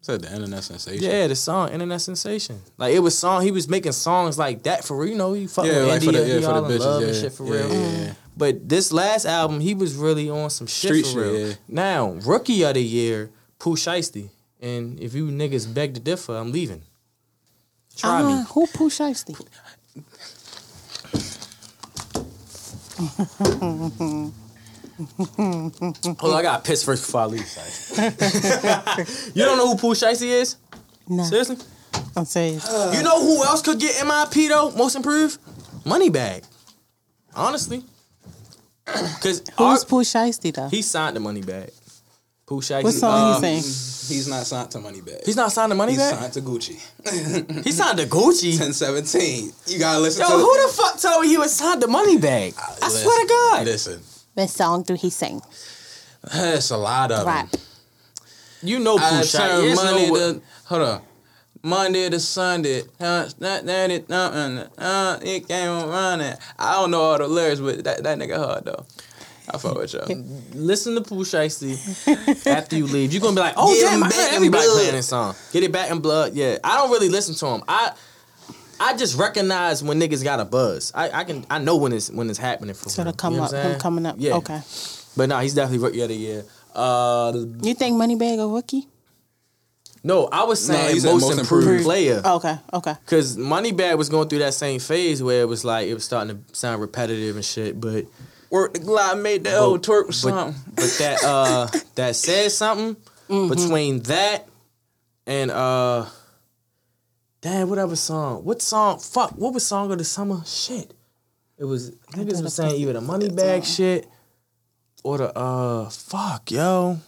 Speaker 1: Said the internet sensation.
Speaker 2: Yeah, the song Internet Sensation. Like it was song he was making songs like that for real. You know, he fucking
Speaker 1: yeah, like
Speaker 2: India,
Speaker 1: for the, yeah,
Speaker 2: he
Speaker 1: for
Speaker 2: all
Speaker 1: the
Speaker 2: in
Speaker 1: bitches,
Speaker 2: love
Speaker 1: yeah,
Speaker 2: and shit for
Speaker 1: yeah,
Speaker 2: real.
Speaker 1: Yeah, yeah, yeah.
Speaker 2: But this last album, he was really on some shit
Speaker 1: Street
Speaker 2: for
Speaker 1: shit,
Speaker 2: real.
Speaker 1: yeah.
Speaker 2: Now, rookie of the year, Pooh Shiesty. And if you niggas beg to differ, I'm leaving. Try me.
Speaker 3: Uh-huh. Who Pooh Shiesty?
Speaker 2: Hold on, I got pissed first before I leave. sorry. you don't know who Pooh Shiesty is?
Speaker 3: Nah,
Speaker 2: Seriously?
Speaker 3: I'm serious.
Speaker 2: you know who else could get MIP though? Most improved? Moneybag. Honestly. Cause our-
Speaker 3: Who's Pooh Shiesty though?
Speaker 2: he signed the money bag. Pooh Shiesty.
Speaker 3: what song
Speaker 2: um,
Speaker 3: he sang?
Speaker 1: He's not signed to Moneybag.
Speaker 2: He's not signed the money
Speaker 1: He's
Speaker 2: bag?
Speaker 1: signed to Gucci.
Speaker 2: He signed the Gucci.
Speaker 1: 1017. You gotta listen
Speaker 2: Yo,
Speaker 1: to
Speaker 2: who the fuck told me he was signed the money bag? I swear to God.
Speaker 1: Uh, Listen,
Speaker 3: What song do he sing?
Speaker 1: it's a lot of
Speaker 3: Rap.
Speaker 1: them.
Speaker 2: You know Pooh
Speaker 1: I
Speaker 2: Shiesty.
Speaker 1: turn
Speaker 2: There's
Speaker 1: Monday
Speaker 2: no-
Speaker 1: to hold on. Monday to Sunday, uh, that that it, uh, uh, uh, it came on running. I don't know all the lyrics, but that, that nigga hard though. I fuck with y'all.
Speaker 2: listen to Pooh Shiesty after you leave. You're gonna be like, oh
Speaker 1: Get
Speaker 2: damn,
Speaker 1: him
Speaker 2: I
Speaker 1: back
Speaker 2: heard
Speaker 1: in
Speaker 2: everybody
Speaker 1: blood.
Speaker 2: playing this song. Get it back in blood. Yeah, I don't really listen to him. I I just recognize when niggas got a buzz. I, I can I know when it's when it's happening for
Speaker 3: So
Speaker 2: real.
Speaker 3: the come
Speaker 2: You know
Speaker 3: up,
Speaker 2: what I'm
Speaker 3: him
Speaker 2: saying?
Speaker 3: coming up.
Speaker 2: Yeah.
Speaker 3: Okay.
Speaker 2: But no, he's definitely rookie of the year. Uh,
Speaker 3: You think Moneybag a rookie?
Speaker 2: no, I was
Speaker 1: No,
Speaker 2: saying
Speaker 1: he said
Speaker 2: most,
Speaker 1: most
Speaker 2: improved,
Speaker 1: improved.
Speaker 2: player
Speaker 3: Okay. Okay.
Speaker 2: because Moneybag was going through that same phase where it was like it was starting to sound repetitive and shit. But
Speaker 1: Work the glide, made that old
Speaker 2: But-
Speaker 1: twerk
Speaker 2: but-
Speaker 1: song.
Speaker 2: but that uh that says something
Speaker 1: Mm-hmm.
Speaker 2: between that and uh damn whatever song what song fuck what was song of the summer shit it was niggas was saying either the money bag shit or the uh fuck yo Uh-huh.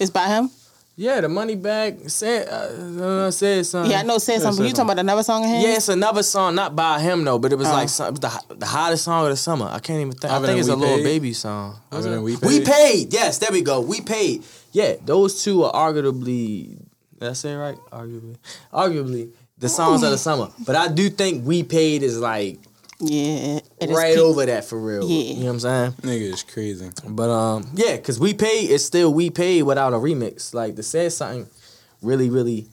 Speaker 3: It's by him.
Speaker 2: Yeah, the money bag said uh, uh, said something.
Speaker 3: Yeah, I know said something. You talking about another song of his?
Speaker 2: Yeah, it's another song, not by him though, but it was like some, the the hottest song of the summer. I can't even think.
Speaker 1: Uh-huh.
Speaker 2: I
Speaker 1: Other
Speaker 2: think
Speaker 1: than
Speaker 2: it's a
Speaker 1: We
Speaker 2: little
Speaker 1: Paid?
Speaker 2: baby song.
Speaker 1: Other than We
Speaker 2: We
Speaker 1: Paid?
Speaker 2: paid. Yes, there we go. We paid. Yeah, those two are arguably. Did I say it right? Arguably, arguably the songs of the summer. But I do think We Paid is like
Speaker 3: Yeah. at his
Speaker 2: right
Speaker 3: peak.
Speaker 2: over that for real.
Speaker 3: Yeah.
Speaker 2: You know what I'm saying?
Speaker 1: Nigga is crazy.
Speaker 2: But um, yeah, cause we paid is still we paid without a remix. Like the said something, really, really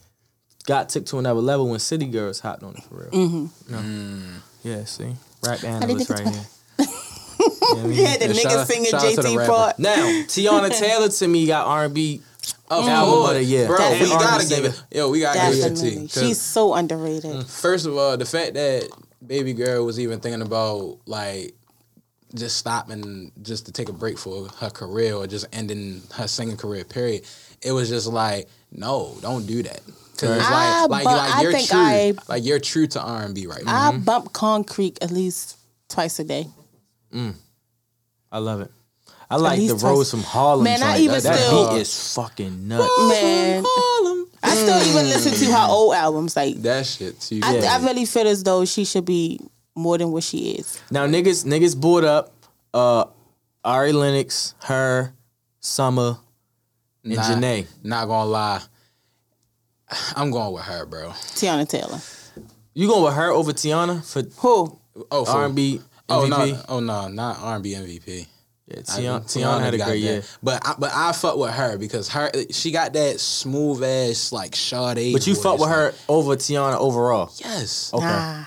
Speaker 2: got took to another level when City Girls hopped on it for real. Mm-hmm.
Speaker 1: Mm.
Speaker 2: Yeah, see, rap analyst right here.
Speaker 3: Yeah, the
Speaker 1: Mm-hmm. Yeah, shout
Speaker 3: nigga
Speaker 1: out-
Speaker 3: singing
Speaker 1: shout out to the
Speaker 3: JT
Speaker 1: rapper.
Speaker 3: part.
Speaker 2: Now Tiana Taylor to me got R and B
Speaker 3: Oh,
Speaker 2: album of the year.
Speaker 1: Bro,
Speaker 3: That's
Speaker 1: we
Speaker 2: And R&B
Speaker 1: gotta give
Speaker 2: singer.
Speaker 1: it. Yo, we gotta give it to
Speaker 3: Definitely.
Speaker 1: T. Mm-hmm. 'Cause
Speaker 3: She's so underrated.
Speaker 1: First of all, the fact that baby girl was even thinking about like just stopping just to take a break for her career or just ending her singing career period, it was just like, no, don't do that. Cause it's like,
Speaker 3: I-
Speaker 1: like,
Speaker 3: Ah, but
Speaker 1: like
Speaker 3: I
Speaker 1: you're
Speaker 3: think
Speaker 1: true,
Speaker 3: I-
Speaker 1: like you're true to R and B right now.
Speaker 3: I bump concrete at least twice a day.
Speaker 2: I love it. I like
Speaker 3: least
Speaker 2: the
Speaker 3: twice.
Speaker 2: Rose from Harlem.
Speaker 3: Man, I
Speaker 2: joint.
Speaker 3: even
Speaker 2: that, that
Speaker 3: still-
Speaker 2: beat is fucking nuts.
Speaker 3: Man, I still even listen to her old albums. Like,
Speaker 1: Mm. that shit too.
Speaker 3: I,
Speaker 2: Yeah.
Speaker 3: I really feel as though she should be more than what she is.
Speaker 2: Now niggas niggas bought up uh Ari Lennox, her, Summer, and
Speaker 1: Nah.
Speaker 2: Janae.
Speaker 1: Not gonna lie, I'm going with her, bro.
Speaker 3: Tiana Taylor.
Speaker 2: You going with her over Tiana for
Speaker 3: Who?
Speaker 1: Oh, for,
Speaker 2: R and B
Speaker 1: Oh
Speaker 2: MVP?
Speaker 1: no, oh no, not R and B MVP.
Speaker 2: Yeah,
Speaker 1: I
Speaker 2: Tiana,
Speaker 1: think
Speaker 2: Tiana had a
Speaker 1: got
Speaker 2: great
Speaker 1: that.
Speaker 2: year.
Speaker 1: but I, but I fuck with her because her she got that smooth ass like Sade.
Speaker 2: But you
Speaker 1: voice,
Speaker 2: fuck with
Speaker 1: like-
Speaker 2: her over Tiana overall.
Speaker 1: yes.
Speaker 2: Okay.
Speaker 3: Nah.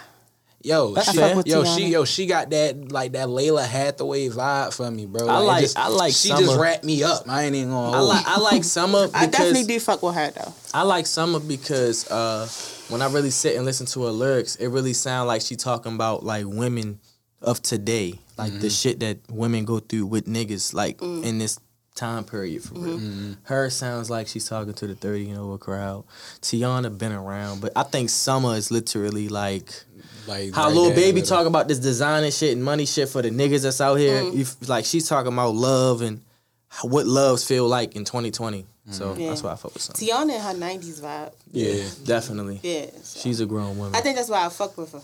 Speaker 1: Yo,
Speaker 2: That's
Speaker 1: she,
Speaker 2: fair. I fuck
Speaker 3: with
Speaker 1: yo,
Speaker 3: Tiana.
Speaker 1: she, yo, she got that like that Layla Hathaway vibe for me, bro. it
Speaker 2: like-
Speaker 1: just-
Speaker 2: I like
Speaker 1: She
Speaker 2: Summer.
Speaker 1: just wrapped me up. I ain't even gonna.
Speaker 2: I like I like Summer because
Speaker 3: I definitely do fuck with her though.
Speaker 2: I like Summer because uh, when I really sit and listen to her lyrics, it really sounds like she talking about like women of today, like the shit that women go through with niggas, like
Speaker 3: Mm.
Speaker 2: in this time period for
Speaker 3: Mm-hmm.
Speaker 2: real. Her sounds like she's talking to the thirty and over crowd. Tiana been around, but I think Summer is literally like
Speaker 1: like
Speaker 2: how
Speaker 1: right
Speaker 2: Lil
Speaker 1: there,
Speaker 2: Baby
Speaker 1: little-
Speaker 2: talk about this design and shit and money shit for the niggas that's out here.
Speaker 3: Mm.
Speaker 2: You f like she's talking about love and how- what loves feel like in 2020. So
Speaker 3: Yeah.
Speaker 2: that's why I fuck with Summer.
Speaker 3: Tiana and her nineties vibe.
Speaker 1: Yeah,
Speaker 2: Definitely.
Speaker 3: Yeah.
Speaker 2: She's a grown woman.
Speaker 3: I think that's why I fuck with her.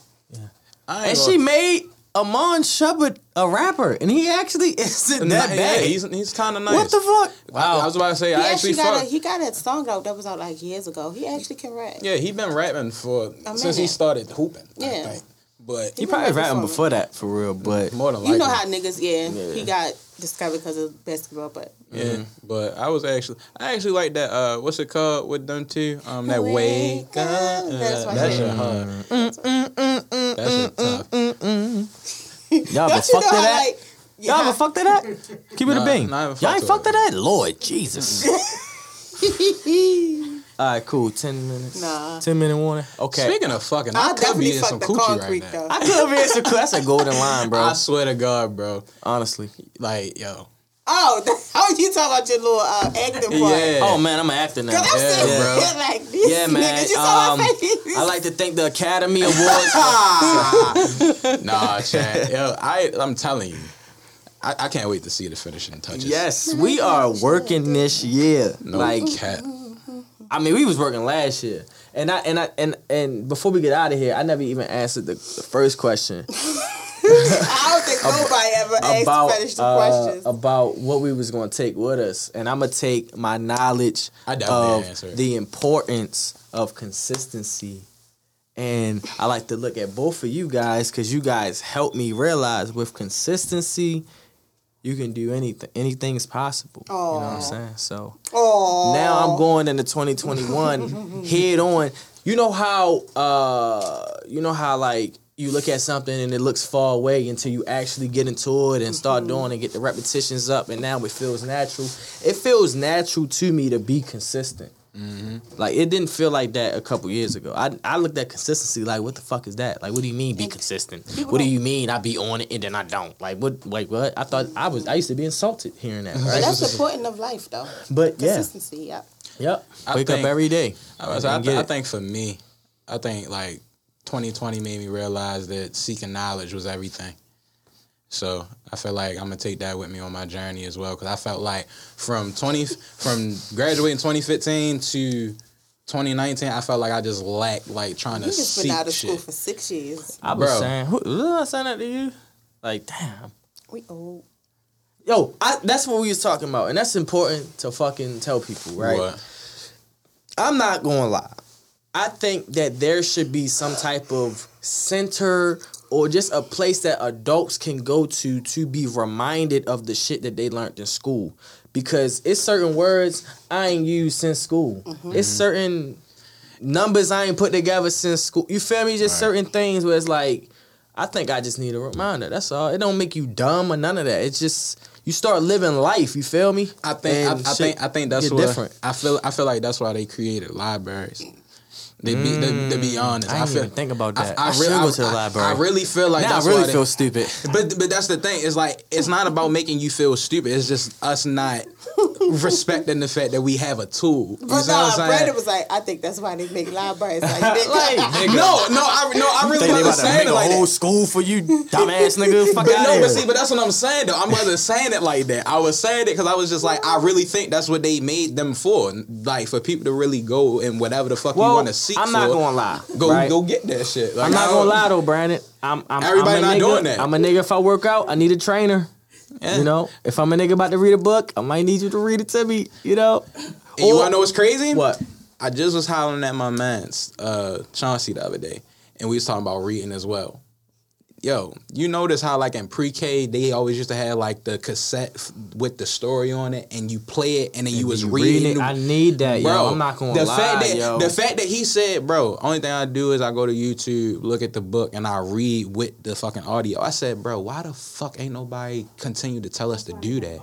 Speaker 1: I
Speaker 2: and
Speaker 1: ain't
Speaker 2: she
Speaker 1: gonna-
Speaker 2: made Amon Shepard a rapper, and he actually isn't that
Speaker 1: Nah,
Speaker 2: bad.
Speaker 1: Yeah, he's he's kind of nice.
Speaker 2: what the fuck?
Speaker 1: Wow, I, was about to say
Speaker 3: He
Speaker 1: I
Speaker 3: actually
Speaker 1: actually
Speaker 3: got
Speaker 1: fuck.
Speaker 3: a, he got a song out that was out like years ago. He actually can rap.
Speaker 1: yeah, he been rapping for
Speaker 3: A
Speaker 1: since he
Speaker 3: minute.
Speaker 1: started hooping.
Speaker 3: Yeah.
Speaker 1: I think. but
Speaker 2: He
Speaker 3: He
Speaker 2: probably rapping
Speaker 3: been rapping
Speaker 2: before that for real, but
Speaker 1: more than likely,
Speaker 3: You know how niggas, yeah, he got discovered because of basketball, but
Speaker 1: Yeah,
Speaker 3: Mm-hmm.
Speaker 1: but I was actually I actually like that. Uh, what's it called with them two? Um, that wake, up.
Speaker 3: That's why
Speaker 1: That
Speaker 3: she-
Speaker 1: shit hard.
Speaker 2: Mm.
Speaker 1: That shit tough.
Speaker 2: y'all been
Speaker 3: Don't you
Speaker 2: fucked
Speaker 3: know
Speaker 2: to
Speaker 3: how
Speaker 2: that.
Speaker 3: like
Speaker 2: Y'all
Speaker 3: yeah.
Speaker 2: ever fucked to that? Keep it a
Speaker 1: Nah,
Speaker 2: bing.
Speaker 1: nah, I haven't
Speaker 2: Y'all ain't
Speaker 1: fucked
Speaker 2: fucked
Speaker 1: to
Speaker 2: to that? Lord Jesus. All right, cool. 10 minutes.
Speaker 3: Nah.
Speaker 2: 10 minute warning. Okay.
Speaker 1: Speaking of fucking, I,
Speaker 3: I
Speaker 1: could be
Speaker 3: definitely
Speaker 1: in
Speaker 3: fuck
Speaker 1: some
Speaker 3: the
Speaker 1: coochie
Speaker 3: concrete
Speaker 1: right now.
Speaker 3: though.
Speaker 2: I could be answer. That's a golden line, bro.
Speaker 1: I swear to God, bro.
Speaker 2: Honestly.
Speaker 1: Like, yo,
Speaker 3: Oh, how you talking about your little uh, acting part?
Speaker 1: Yeah.
Speaker 2: Oh, man, I'm an actor now.
Speaker 3: Cause I'm
Speaker 1: Yeah,
Speaker 3: sitting
Speaker 1: bro.
Speaker 3: here like these
Speaker 2: Yeah, man.
Speaker 3: niggas. You saw
Speaker 2: Um,
Speaker 3: my face.
Speaker 2: I like to thank the Academy Awards. for-
Speaker 1: nah, Chad. yo, I, I'm telling you, I, I can't wait to see the finishing touches.
Speaker 2: yes, we are working this year.
Speaker 1: no
Speaker 2: Like,
Speaker 1: cat.
Speaker 2: I mean, we was working last year, and I and I and and before we get out of here, I never even answered the, the first question
Speaker 3: I don't think nobody ever asked
Speaker 2: about
Speaker 3: to finish the
Speaker 2: uh,
Speaker 3: questions.
Speaker 2: about what we was gonna take with us, and I'm gonna take my knowledge
Speaker 1: I definitely
Speaker 2: of
Speaker 1: answered.
Speaker 2: the importance of consistency. And I like to look at both of you guys because you guys helped me realize with consistency, you can do anything. Anything's possible. You know what I'm
Speaker 3: Aw.
Speaker 2: saying? So
Speaker 3: oh,
Speaker 2: now I'm going into 2021 head on. You know how uh you know how like you look at something and it looks far away until you actually get into it and start
Speaker 3: Mm-hmm.
Speaker 2: doing and get the repetitions up and now it feels natural. It feels natural to me to be consistent. Like it didn't feel like that a couple years ago. I I looked at consistency like what the fuck is that? Like what do you mean be consistent? What do you mean I be on it and then I don't? Like what like what? I thought I was I used to be insulted hearing that. Right?
Speaker 3: That's the point of life, though.
Speaker 2: But yeah.
Speaker 3: Consistency. Yeah.
Speaker 2: Yep.
Speaker 1: I
Speaker 2: Wake
Speaker 1: think-
Speaker 2: up every day.
Speaker 1: I, was- I,
Speaker 2: And
Speaker 1: th-
Speaker 2: get
Speaker 1: I
Speaker 2: it.
Speaker 1: think for me, I think like 2020 made me realize that seeking knowledge was everything. So I feel like I'm gonna take that with me on my journey as well because I felt like from 20 from graduating 2015 to 2019, I felt like I just lacked like trying to
Speaker 6: You just
Speaker 1: seek
Speaker 6: been out of school
Speaker 1: shit.
Speaker 6: for six years.
Speaker 4: I
Speaker 1: Bro.
Speaker 4: was saying, who, did I saying that to you? Like, damn.
Speaker 6: We old.
Speaker 2: Yo, I, that's what we was talking about, and that's important to fucking tell people, right?
Speaker 1: What?
Speaker 2: I'm not gonna lie. I think that there should be some type of center or just a place that adults can go to to be reminded of the shit that they learned in school. Because it's certain words I ain't used since school.
Speaker 1: Mm-hmm.
Speaker 2: It's certain numbers I ain't put together since school. You feel me? Just
Speaker 1: Right.
Speaker 2: certain things where it's like, I think I just need a reminder. That's all. It don't make you dumb or none of that. It's just you start living life. You feel me?
Speaker 1: I think I,
Speaker 2: And
Speaker 1: I
Speaker 2: shit
Speaker 1: think I think that's
Speaker 2: get
Speaker 1: what
Speaker 2: different.
Speaker 1: I feel. I feel like that's why they created libraries. They be they, to be honest,
Speaker 4: Mm,
Speaker 1: I,
Speaker 4: I didn't
Speaker 1: feel
Speaker 4: even think about that.
Speaker 1: I, I,
Speaker 4: I
Speaker 1: really
Speaker 4: should go
Speaker 1: I-
Speaker 4: to the
Speaker 1: I-
Speaker 4: library.
Speaker 1: I really feel like
Speaker 4: Now I
Speaker 1: that's why
Speaker 4: really
Speaker 1: they-
Speaker 4: feel stupid.
Speaker 1: But but that's the thing. It's like it's not about making you feel stupid. It's just us not respecting the fact that we have a tool. You see
Speaker 6: But
Speaker 1: what
Speaker 6: nah,
Speaker 1: I'm saying?
Speaker 6: Brandon was like, I think that's why they make libraries like nigga.
Speaker 1: no, no, I no, I really
Speaker 4: Think they about
Speaker 1: wasn't
Speaker 4: to make
Speaker 1: saying it
Speaker 4: a
Speaker 1: like
Speaker 4: whole
Speaker 1: that.
Speaker 4: school for you, dumbass nigga. Fuck
Speaker 1: But
Speaker 4: out
Speaker 1: no,
Speaker 4: here.
Speaker 1: but see, but that's what I'm saying though. I wasn't saying it like that. I was saying it because I was just like, I really think that's what they made them for. Like for people to really go and whatever the fuck you
Speaker 2: Well,
Speaker 1: want to seek.
Speaker 2: I'm not
Speaker 1: for,
Speaker 2: gonna lie.
Speaker 1: Go
Speaker 2: right?
Speaker 1: go get that shit. Like,
Speaker 2: I'm
Speaker 1: I
Speaker 2: not
Speaker 1: don't-
Speaker 2: gonna lie though, Brandon. I'm, I'm
Speaker 1: Everybody
Speaker 2: I'm a
Speaker 1: not
Speaker 2: nigga.
Speaker 1: doing that.
Speaker 2: I'm a nigga. If I work out, I need a trainer.
Speaker 1: Yeah.
Speaker 2: You know, if I'm a nigga about to read a book, I might need you to read it to me. You know,
Speaker 1: And you wanna know what's crazy?
Speaker 2: what?
Speaker 1: I just was hollering at my man's uh, Chauncey the other day, and we was talking about reading as well. Yo, you notice how like in pre-K they always used to have like the cassette f- with the story on it, and you play it, and then you was reading.
Speaker 2: Reading.
Speaker 1: the-
Speaker 2: I need that,
Speaker 1: bro.
Speaker 2: yo. I'm not gonna
Speaker 1: the
Speaker 2: lie,
Speaker 1: fact that
Speaker 2: yo.
Speaker 1: the fact that he said, bro, only thing I do is I go to YouTube, look at the book, and I read with the fucking audio. I said, bro, why the fuck ain't nobody continue to tell us to do that?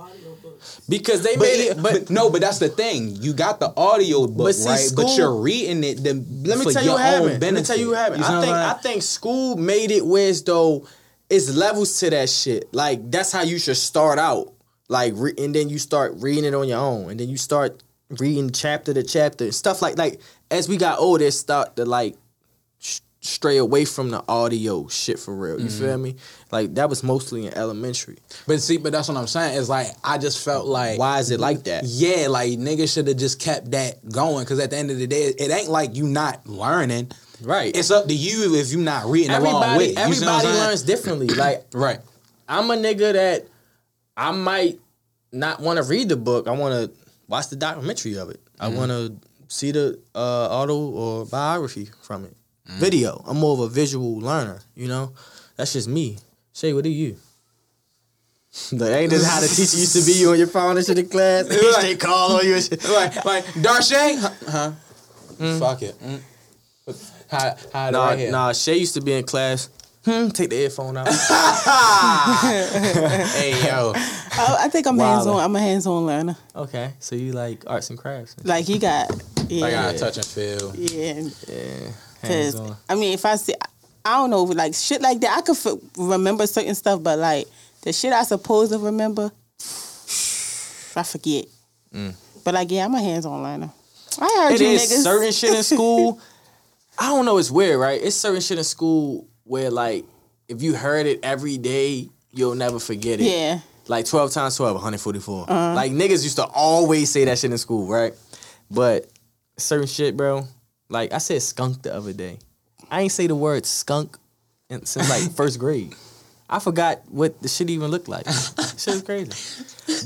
Speaker 2: because they
Speaker 1: But,
Speaker 2: made
Speaker 1: it-
Speaker 2: it.
Speaker 1: but, no, but that's the thing. You got the audio book,
Speaker 2: see,
Speaker 1: right? but
Speaker 2: school-
Speaker 1: you're reading it. Then
Speaker 2: Let me
Speaker 1: for
Speaker 2: tell you
Speaker 1: your
Speaker 2: what
Speaker 1: own
Speaker 2: happened. Let me tell
Speaker 1: benefit.
Speaker 2: you what happened.
Speaker 1: see
Speaker 2: I
Speaker 1: what
Speaker 2: think I
Speaker 1: I'm
Speaker 2: think school made it where as though it's levels to that shit. Like that's how you should start out. Like re- and then you start reading it on your own, and then you start reading chapter to chapter stuff like like as we got older, it start to like sh- stray away from the audio shit for real. You feel
Speaker 1: Mm-hmm.
Speaker 2: me? Like that was mostly in elementary.
Speaker 1: saying? But see, but that's what I'm saying. It's like I just felt like
Speaker 2: Why is it like that?
Speaker 1: Yeah, like niggas should have just kept that going because at the end of the day, it ain't like you not learning.
Speaker 2: Right.
Speaker 1: It's up to you if you not reading along with. it. You
Speaker 2: Everybody
Speaker 1: see what I'm
Speaker 2: everybody
Speaker 1: saying?
Speaker 2: learns differently. Like
Speaker 1: Right.
Speaker 2: I'm a nigga that I might not want to read the book. I want to watch the documentary of it. I want to see the uh, auto or biography from it. Video. I'm more of a visual learner. You know, that's just me. Shay, what do you? Like, ain't this how the teacher used to be? You on your phone and shit in class. they call on you and shit.
Speaker 1: Like like Darshay, huh? huh? Fuck it. Mm. Hide, hide it
Speaker 2: Nah,
Speaker 1: right here.
Speaker 2: nah, Shay used to be in class. Hmm, take the headphone out.
Speaker 1: Hey yo,
Speaker 3: I, I think I'm hands on. I'm a hands on learner.
Speaker 2: okay, so you like arts and crafts.
Speaker 3: Like he got, yeah,
Speaker 1: I gotta touch and feel.
Speaker 3: yeah.
Speaker 2: Yeah, hands
Speaker 3: Cause
Speaker 2: on.
Speaker 3: I mean, if I see, I don't know, like shit like that, I could f- remember certain stuff, but like the shit I supposed to remember, I forget. But like, yeah, I'm a hands-on learner. I heard
Speaker 2: Mm. It
Speaker 3: you
Speaker 2: is
Speaker 3: niggas.
Speaker 2: certain shit in school. I don't know. It's weird, right? It's certain shit in school where like if you heard it every day, you'll never forget it.
Speaker 3: yeah,
Speaker 2: Like twelve times 12, 144. Like niggas used to always say that shit in school, right? But certain shit, bro. Like I said, skunk the other day. I ain't say the word skunk in- since like first grade. I forgot what the shit even looked like. shit is crazy.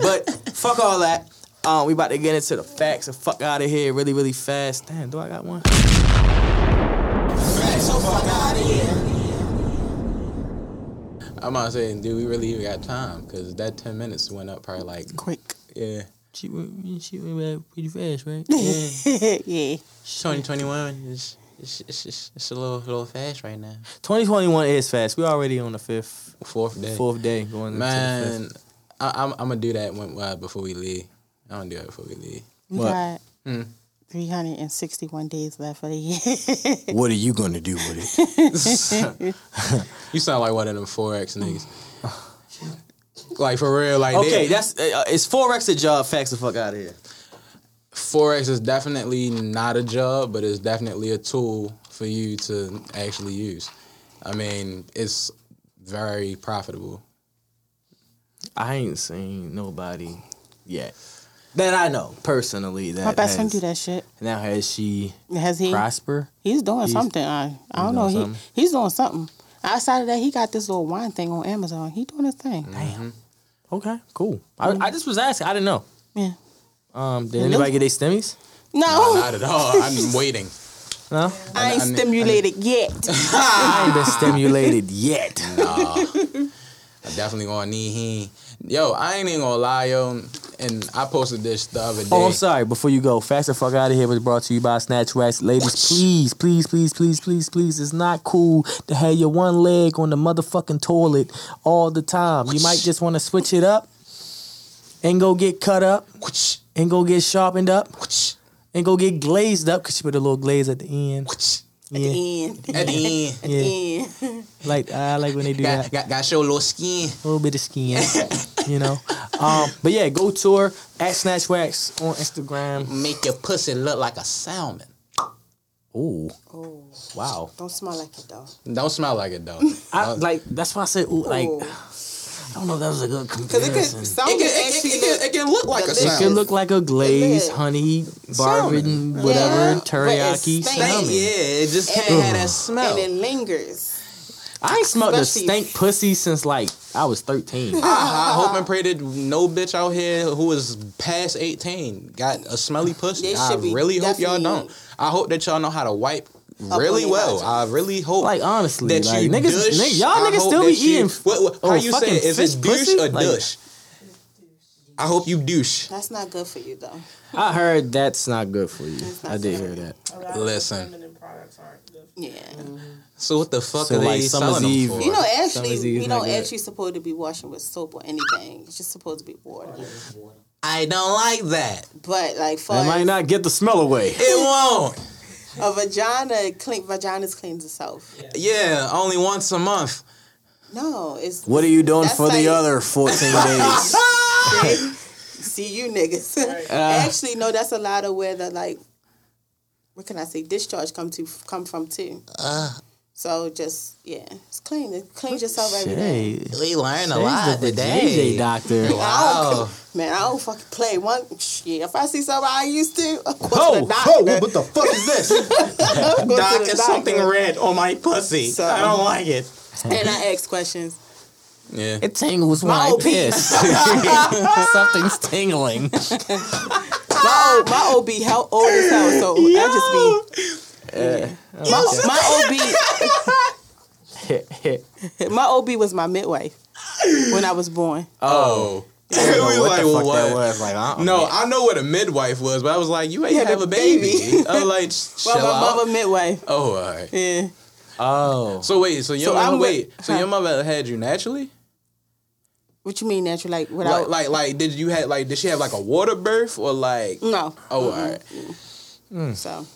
Speaker 2: But fuck all that. Um, we about to get into the facts and fuck out of here really, really fast. Damn, do I got one?
Speaker 1: I'm about to say, do we really even got time? Because that 10 minutes went up probably like,
Speaker 3: quick.
Speaker 1: yeah.
Speaker 4: She went, she went back pretty fast, right? Yeah.
Speaker 3: yeah,
Speaker 1: 2021 is it's, it's, it's, it's a little little fast right now.
Speaker 4: 2021 is fast. We already on the fifth,
Speaker 1: Fourth day.
Speaker 4: fourth day going into the fifth.
Speaker 1: Man, I, I'm, I'm going to do that when, uh, before we leave. I'm going to do that before we leave.
Speaker 3: we
Speaker 4: What?
Speaker 3: got.
Speaker 2: Mm.
Speaker 3: 361 days left of the year.
Speaker 4: What are you gonna do with it?
Speaker 1: You sound like one of them 4X niggas. like, for real. Like, they-
Speaker 2: Okay, that's uh, it's forex a job. Facts the fuck out of here.
Speaker 1: 4X is definitely not a job, but it's definitely a tool for you to actually use. I mean, it's very profitable.
Speaker 2: I ain't seen nobody yet that I know personally. That
Speaker 7: My best friend do
Speaker 2: has-
Speaker 7: that shit.
Speaker 2: Now has she
Speaker 7: Has he?
Speaker 2: prosper?
Speaker 7: He's doing something. I, I don't know.
Speaker 2: doing
Speaker 7: He
Speaker 2: something?
Speaker 7: he's doing something. Outside of that, he got this little wine thing on Amazon. He doing his thing.
Speaker 2: Mm-hmm. Okay, cool. I,
Speaker 7: Mm-hmm.
Speaker 2: I just was asking. I didn't know.
Speaker 7: Yeah.
Speaker 2: Um, did anybody get their stemmies?
Speaker 7: No,
Speaker 4: Oh.
Speaker 1: Not at all. I'm waiting.
Speaker 2: No,
Speaker 7: I ain't
Speaker 1: I- I-
Speaker 7: stimulated yet.
Speaker 2: I ain't been stimulated yet.
Speaker 1: I definitely gonna need he. Yo, I ain't even gonna lie, yo. And I posted this the other day.
Speaker 2: Oh, I'm sorry. Before you go, Fast the Fuck Out of Here was brought to you by Snatch Wax. Ladies, please, please, please, please, please, please. It's not cool to have your one leg on the motherfucking toilet all the time. You might just want to switch it up and go get cut up and go get sharpened up and go get glazed up because you put a little glaze at the end. Yeah,
Speaker 3: And,
Speaker 1: At the end,
Speaker 2: yeah.
Speaker 3: and.
Speaker 2: Like, I like when they do that.
Speaker 1: got, got, got show a little skin.
Speaker 2: a little bit of skin, you know. Um, but yeah, go tour at Snatch Wax on Instagram.
Speaker 1: Make your pussy look like a salmon.
Speaker 2: Ooh,
Speaker 3: Oh,
Speaker 2: wow.
Speaker 3: don't smell like it though.
Speaker 1: Don't smell like it though.
Speaker 2: I, like that's why I said ooh, like
Speaker 3: Ooh.
Speaker 2: I don't know if that was a good
Speaker 3: Cause Oh. it could
Speaker 2: comparison.
Speaker 3: some
Speaker 1: It can,
Speaker 3: could
Speaker 1: it,
Speaker 3: actually
Speaker 1: can- it can- it can look like a
Speaker 3: delicious.
Speaker 2: It could
Speaker 1: salmon.
Speaker 2: look like a glaze,
Speaker 3: Yeah.
Speaker 2: honey, barbecue,
Speaker 1: Salmon.
Speaker 2: whatever,
Speaker 3: Yeah,
Speaker 2: teriyaki,
Speaker 3: but it's
Speaker 1: yeah,
Speaker 2: salmon.
Speaker 1: it just can't have that smell.
Speaker 3: and it lingers.
Speaker 2: I ain't smelled the
Speaker 3: Especially-
Speaker 2: stank pussy since like I was thirteen.
Speaker 1: I, I hope and pray that no bitch out here who is past 18 got a smelly pussy.
Speaker 3: They
Speaker 1: I
Speaker 3: should be
Speaker 1: really hope y'all
Speaker 3: definitely-
Speaker 1: don't. I hope that y'all know how to wipe
Speaker 3: on
Speaker 1: really
Speaker 3: your
Speaker 1: well. I
Speaker 3: hygiene.
Speaker 1: really hope.
Speaker 2: Like honestly,
Speaker 1: that
Speaker 2: like,
Speaker 1: you
Speaker 2: niggas,
Speaker 1: dush.
Speaker 2: niggas- y'all
Speaker 1: I
Speaker 2: niggas
Speaker 1: hope
Speaker 2: still
Speaker 1: that
Speaker 2: be
Speaker 1: you-
Speaker 2: eating.
Speaker 1: What, what, how
Speaker 2: oh,
Speaker 1: you say?
Speaker 2: fucking
Speaker 1: it? Is it
Speaker 2: fish
Speaker 1: douche
Speaker 2: pussy?
Speaker 1: or
Speaker 2: Like-
Speaker 1: douche? I hope you douche.
Speaker 3: That's not good for you though.
Speaker 2: I heard that's not good for you. I did hear that.
Speaker 1: Listen.
Speaker 3: Yeah.
Speaker 2: Mm-hmm.
Speaker 1: So what the fuck
Speaker 2: So,
Speaker 1: are
Speaker 2: like,
Speaker 1: they
Speaker 2: Summer's
Speaker 1: selling them
Speaker 2: Eve-
Speaker 1: for?
Speaker 3: You know,
Speaker 2: Somebody's
Speaker 3: actually, we
Speaker 2: using
Speaker 3: don't
Speaker 2: that.
Speaker 3: actually supposed to be washing with soap or anything. It's just supposed to be water.
Speaker 1: I don't like that.
Speaker 3: But like for
Speaker 2: That might not get the smell away.
Speaker 1: It won't.
Speaker 3: a vagina, clean vaginas cleans itself.
Speaker 1: Yeah, only once a month.
Speaker 3: No, it's
Speaker 2: What are you doing
Speaker 3: That's
Speaker 2: for
Speaker 3: like-
Speaker 2: the other 14 days?
Speaker 3: see you niggas. actually, no, that's a lot of where the like, what can I say? Discharge come to come from too. so just yeah, it's clean. It cleans yourself every day.
Speaker 2: Hey,
Speaker 1: We learned a
Speaker 2: Jay's
Speaker 1: lot
Speaker 2: the
Speaker 1: today.
Speaker 2: JJ doctor.
Speaker 3: I
Speaker 1: Wow.
Speaker 3: don't, man, I don't fucking play one. Yeah, if I see somebody I used to, of course
Speaker 2: Oh,
Speaker 3: the doctor.
Speaker 2: what the fuck is this?
Speaker 3: Of course
Speaker 1: Doc,
Speaker 3: the
Speaker 1: there's
Speaker 3: doctor.
Speaker 1: something red on my pussy.
Speaker 3: So-
Speaker 1: I don't like it.
Speaker 3: And I ask questions.
Speaker 1: Yeah.
Speaker 2: It tingles when
Speaker 3: My
Speaker 2: I
Speaker 3: old pee.
Speaker 2: piss. Something's tingling.
Speaker 3: My old, my OB hell old as hell, so I just be. my, my OB, my OB was my midwife when I was born.
Speaker 1: oh.
Speaker 2: I don't
Speaker 1: We
Speaker 2: know
Speaker 1: like,
Speaker 2: the
Speaker 1: well,
Speaker 2: fuck that
Speaker 1: what?
Speaker 2: was. Like, I don't
Speaker 1: No,
Speaker 2: know.
Speaker 1: I know what a midwife was, but I was like, you ain't
Speaker 3: You
Speaker 1: have,
Speaker 3: had
Speaker 1: a
Speaker 3: a
Speaker 1: baby.
Speaker 3: baby.
Speaker 1: I was like, "Sh-
Speaker 3: Well,
Speaker 1: chill
Speaker 3: my
Speaker 1: out.
Speaker 3: mother midwife.
Speaker 1: Oh, all right.
Speaker 3: Yeah,
Speaker 2: Oh.
Speaker 1: So wait, so your
Speaker 3: So
Speaker 1: mother,
Speaker 3: I'm with-
Speaker 1: wait, so
Speaker 3: huh.
Speaker 1: your mother had you naturally?
Speaker 3: what you mean natural? Like
Speaker 1: Like,
Speaker 3: without?
Speaker 1: like, like, did you had like, did she have like a water birth or like?
Speaker 3: no.
Speaker 1: Oh, all right.
Speaker 2: Oh.
Speaker 3: So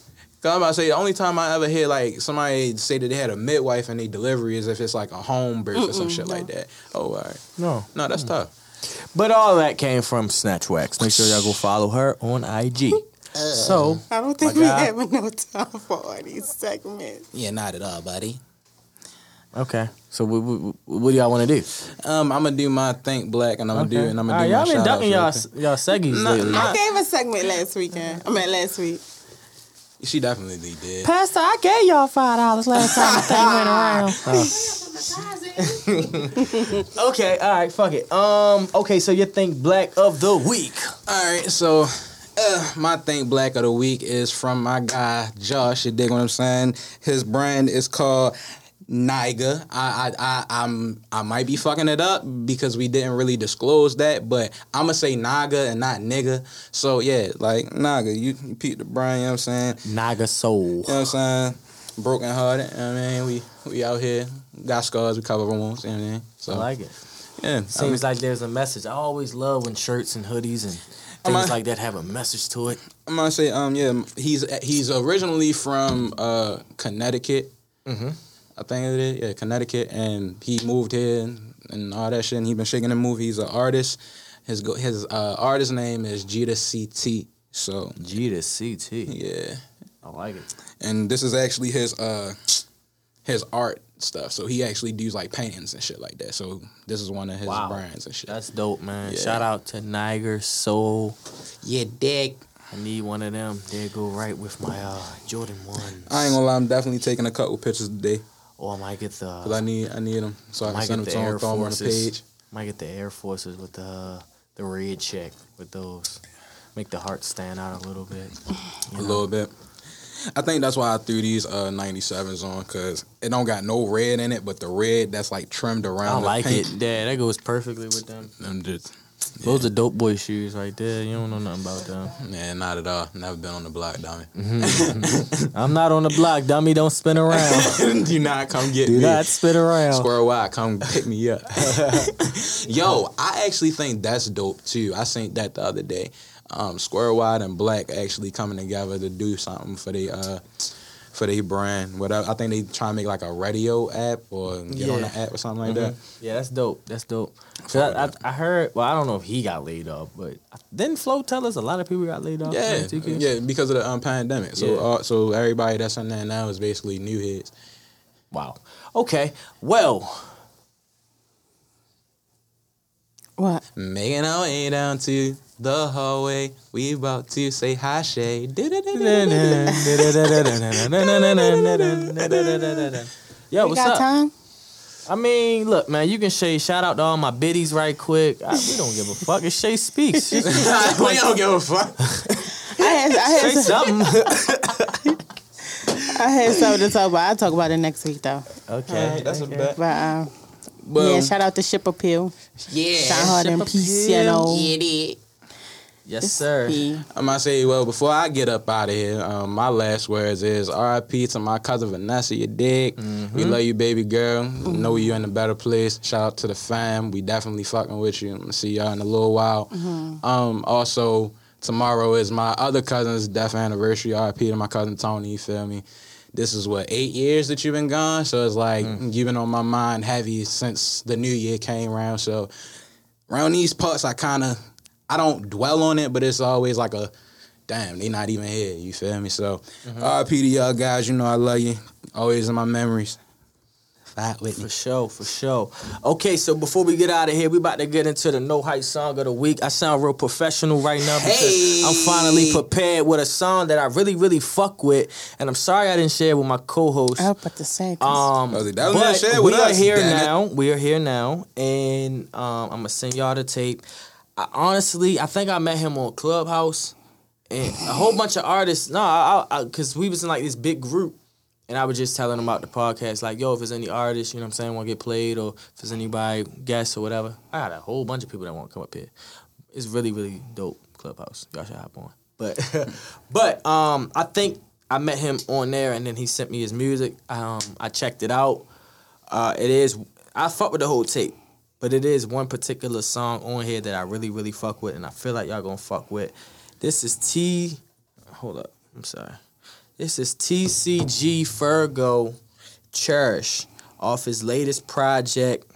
Speaker 1: Cause I'm about to say the only time I ever hear like somebody say that they had a midwife and they delivery is if it's like a home birth or some shit like that. Oh, all right.
Speaker 2: No.
Speaker 1: No, that's tough.
Speaker 2: But all that came from Snatch Wax. Make sure y'all go follow her on IG. So,
Speaker 3: I don't think
Speaker 2: My
Speaker 3: we
Speaker 2: God.
Speaker 3: have no time for all these segments.
Speaker 1: Yeah, not at all, buddy.
Speaker 2: okay. So, what, what, what do y'all want to do?
Speaker 1: Um, I'm gonna do my think black and I'm gonna do and I'm gonna
Speaker 2: All
Speaker 1: do
Speaker 2: right, y'all
Speaker 1: my shout-outs
Speaker 2: been ducking
Speaker 1: real
Speaker 2: y'all,
Speaker 1: quick.
Speaker 2: y'all seggies
Speaker 1: Nah,
Speaker 2: lately.
Speaker 1: nah.
Speaker 3: I gave a segment last weekend. I mean last week.
Speaker 1: She definitely did.
Speaker 2: Pastor, I gave y'all five dollars last time the thing went around. Oh. okay, all right, fuck it. Um, okay, so you think black of the week?
Speaker 1: All right, so uh, my think black of the week is from my guy Josh. You dig what I'm saying? His brand is called Niga. I I I I'm I might be fucking it up because we didn't really disclose that, but I'm gonna say Naga and not nigga. So yeah, like Naga, you, you peep the brand. You know what I'm saying?
Speaker 2: Naga soul.
Speaker 1: You know what I'm saying? Broken hearted. You know what I mean, we we out here got scars, we cover wounds. You know what I mean? So
Speaker 2: I like it.
Speaker 1: yeah, I mean,
Speaker 2: Seems like there's a message. I always love when shirts and hoodies and
Speaker 1: Am I-
Speaker 2: things like that have a message to it.
Speaker 1: I'm gonna say, um, yeah, he's he's originally from uh Connecticut,
Speaker 2: Mm-hmm.
Speaker 1: I think it is, yeah, Connecticut, and he moved here and, and all that shit. And he been shaking the movie. He's an artist. His go- his uh, artist name is Jita CT. So
Speaker 2: G to CT.
Speaker 1: yeah,
Speaker 2: I like it.
Speaker 1: and this is actually his uh his art stuff. So he actually does like paintings and shit like that. So this is one of his
Speaker 2: Wow.
Speaker 1: brands and shit.
Speaker 2: That's dope, man.
Speaker 1: Yeah.
Speaker 2: Shout out to Niger Soul.
Speaker 1: yeah, dick.
Speaker 2: I need one of them. They go right with my uh, Jordan ones.
Speaker 1: I ain't gonna lie, I'm definitely taking a couple pictures today
Speaker 2: Or I might get
Speaker 1: because I
Speaker 2: the
Speaker 1: need I need them so I can
Speaker 2: might
Speaker 1: send them
Speaker 2: get the
Speaker 1: to him
Speaker 2: Air
Speaker 1: throw 'em on the
Speaker 2: Forces.
Speaker 1: page.
Speaker 2: might get the Air Forces with the the red check with those. Make the heart stand out a little bit. you
Speaker 1: a
Speaker 2: know?
Speaker 1: little bit. I think that's why I threw these uh 97s on because it don't got no red in it, but the red that's like trimmed
Speaker 2: I
Speaker 1: around. the
Speaker 2: like
Speaker 1: paint,
Speaker 2: it. Yeah, that goes perfectly with them.
Speaker 1: I'm just
Speaker 2: Those are dope boy shoes right there. You don't know nothing about them.
Speaker 1: man, not at all. Never been on the block, dummy.
Speaker 2: I'm not on the block, dummy. Don't spin around.
Speaker 1: Do not come get
Speaker 2: Do
Speaker 1: me.
Speaker 2: not spin around.
Speaker 1: Square Y, come pick me up. Yo, I actually think that's dope too. I seen that the other day. Um, Square Y and Black actually coming together to do something for the uh for their brand. Whatever. I think they try to make like a radio app or get on
Speaker 2: Yeah. Mm-hmm.
Speaker 1: the app or something like that.
Speaker 2: Yeah, that's dope. That's dope. 'Cause I, I, I heard. Well, I don't know if he got laid off, but didn't Flo tell us a lot of people got laid off?
Speaker 1: Yeah,
Speaker 2: from 2K?
Speaker 1: yeah, because of the um, pandemic. So,
Speaker 2: Yeah.
Speaker 1: uh, so everybody that's in there now is basically new hits.
Speaker 2: Wow. Okay. Well,
Speaker 3: What?
Speaker 1: Making our way down to the hallway, we about to say hi, Shay.
Speaker 2: yo,
Speaker 3: we
Speaker 2: Oh, what's
Speaker 3: got
Speaker 2: up?
Speaker 3: time?
Speaker 2: I mean, look, man, you can Shay shout out to all my biddies right quick. I, we don't give a fuck. If Shay speaks, she speaks.
Speaker 1: we don't give a fuck.
Speaker 3: I had, I had,
Speaker 2: Say something.
Speaker 3: I had something to talk about. I'll talk about it next week though.
Speaker 2: Okay.
Speaker 1: that's a bet.
Speaker 3: But um,
Speaker 1: Well,
Speaker 3: yeah, shout out to Ship Appeal.
Speaker 1: yeah.
Speaker 3: Shine hard in peace, you know.
Speaker 2: Yes, sir.
Speaker 3: Yeah.
Speaker 1: I'm gonna say, well, before I get up out of here, um, my last words is R.I.P. to my cousin Vanessa. You dig? We love you, baby girl. Know you in a better place. Shout out to the fam. We definitely fucking with you. I'm gonna see y'all in a little while. Um, also tomorrow is my other cousin's death anniversary. R.I.P. to my cousin Tony. You feel me? This is what eight years that you've been gone, so it's like you've been on my mind heavy since the new year came around. So around these parts, I kind of I don't dwell on it, but it's always like a damn, they not even here. You feel me? So R.P. to y'all guys. You know I love you. Always in my memories. Fight with
Speaker 2: For
Speaker 1: me.
Speaker 2: sure, for sure. Okay, so before we get out of here, we about to get into the No Hype Song of the Week. I sound real professional right now because
Speaker 1: Hey.
Speaker 2: I'm finally prepared with a song that I really, really fuck with. And I'm sorry I didn't share it with my co-host.
Speaker 3: I was about to say. 'cause
Speaker 2: Um,
Speaker 1: I was like, that was
Speaker 2: but
Speaker 1: not shared with
Speaker 2: we are
Speaker 1: us,
Speaker 2: here
Speaker 1: damn it.
Speaker 2: now. We are here now, and um, I'm gonna send y'all the tape. I, honestly, I think I met him on Clubhouse, and a whole bunch of artists. No, I, I, I, cause we was in like this big group, and I was just telling them about the podcast. Like, yo, if there's any artists, you know what I'm saying, want to get played, or if there's anybody guests or whatever. I got a whole bunch of people that want to come up here. It's really, really dope Clubhouse. Y'all should hop on. But, but um, I think I met him on there, and then he sent me his music. Um, I checked it out. Uh, it is. I fuck with the whole tape, but it is one particular song on here that I really, really fuck with, and I feel like y'all gonna fuck with. This is T. Hold up. I'm sorry. This is TCG Fergo Cherish off his latest project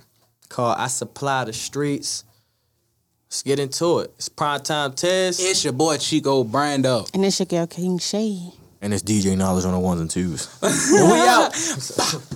Speaker 2: called I Supply the Streets. Let's get into it. It's prime time test.
Speaker 1: It's your boy Chico Brando.
Speaker 3: and it's your girl King Shay.
Speaker 2: And it's DJ Knowledge on the ones and twos.
Speaker 1: we out.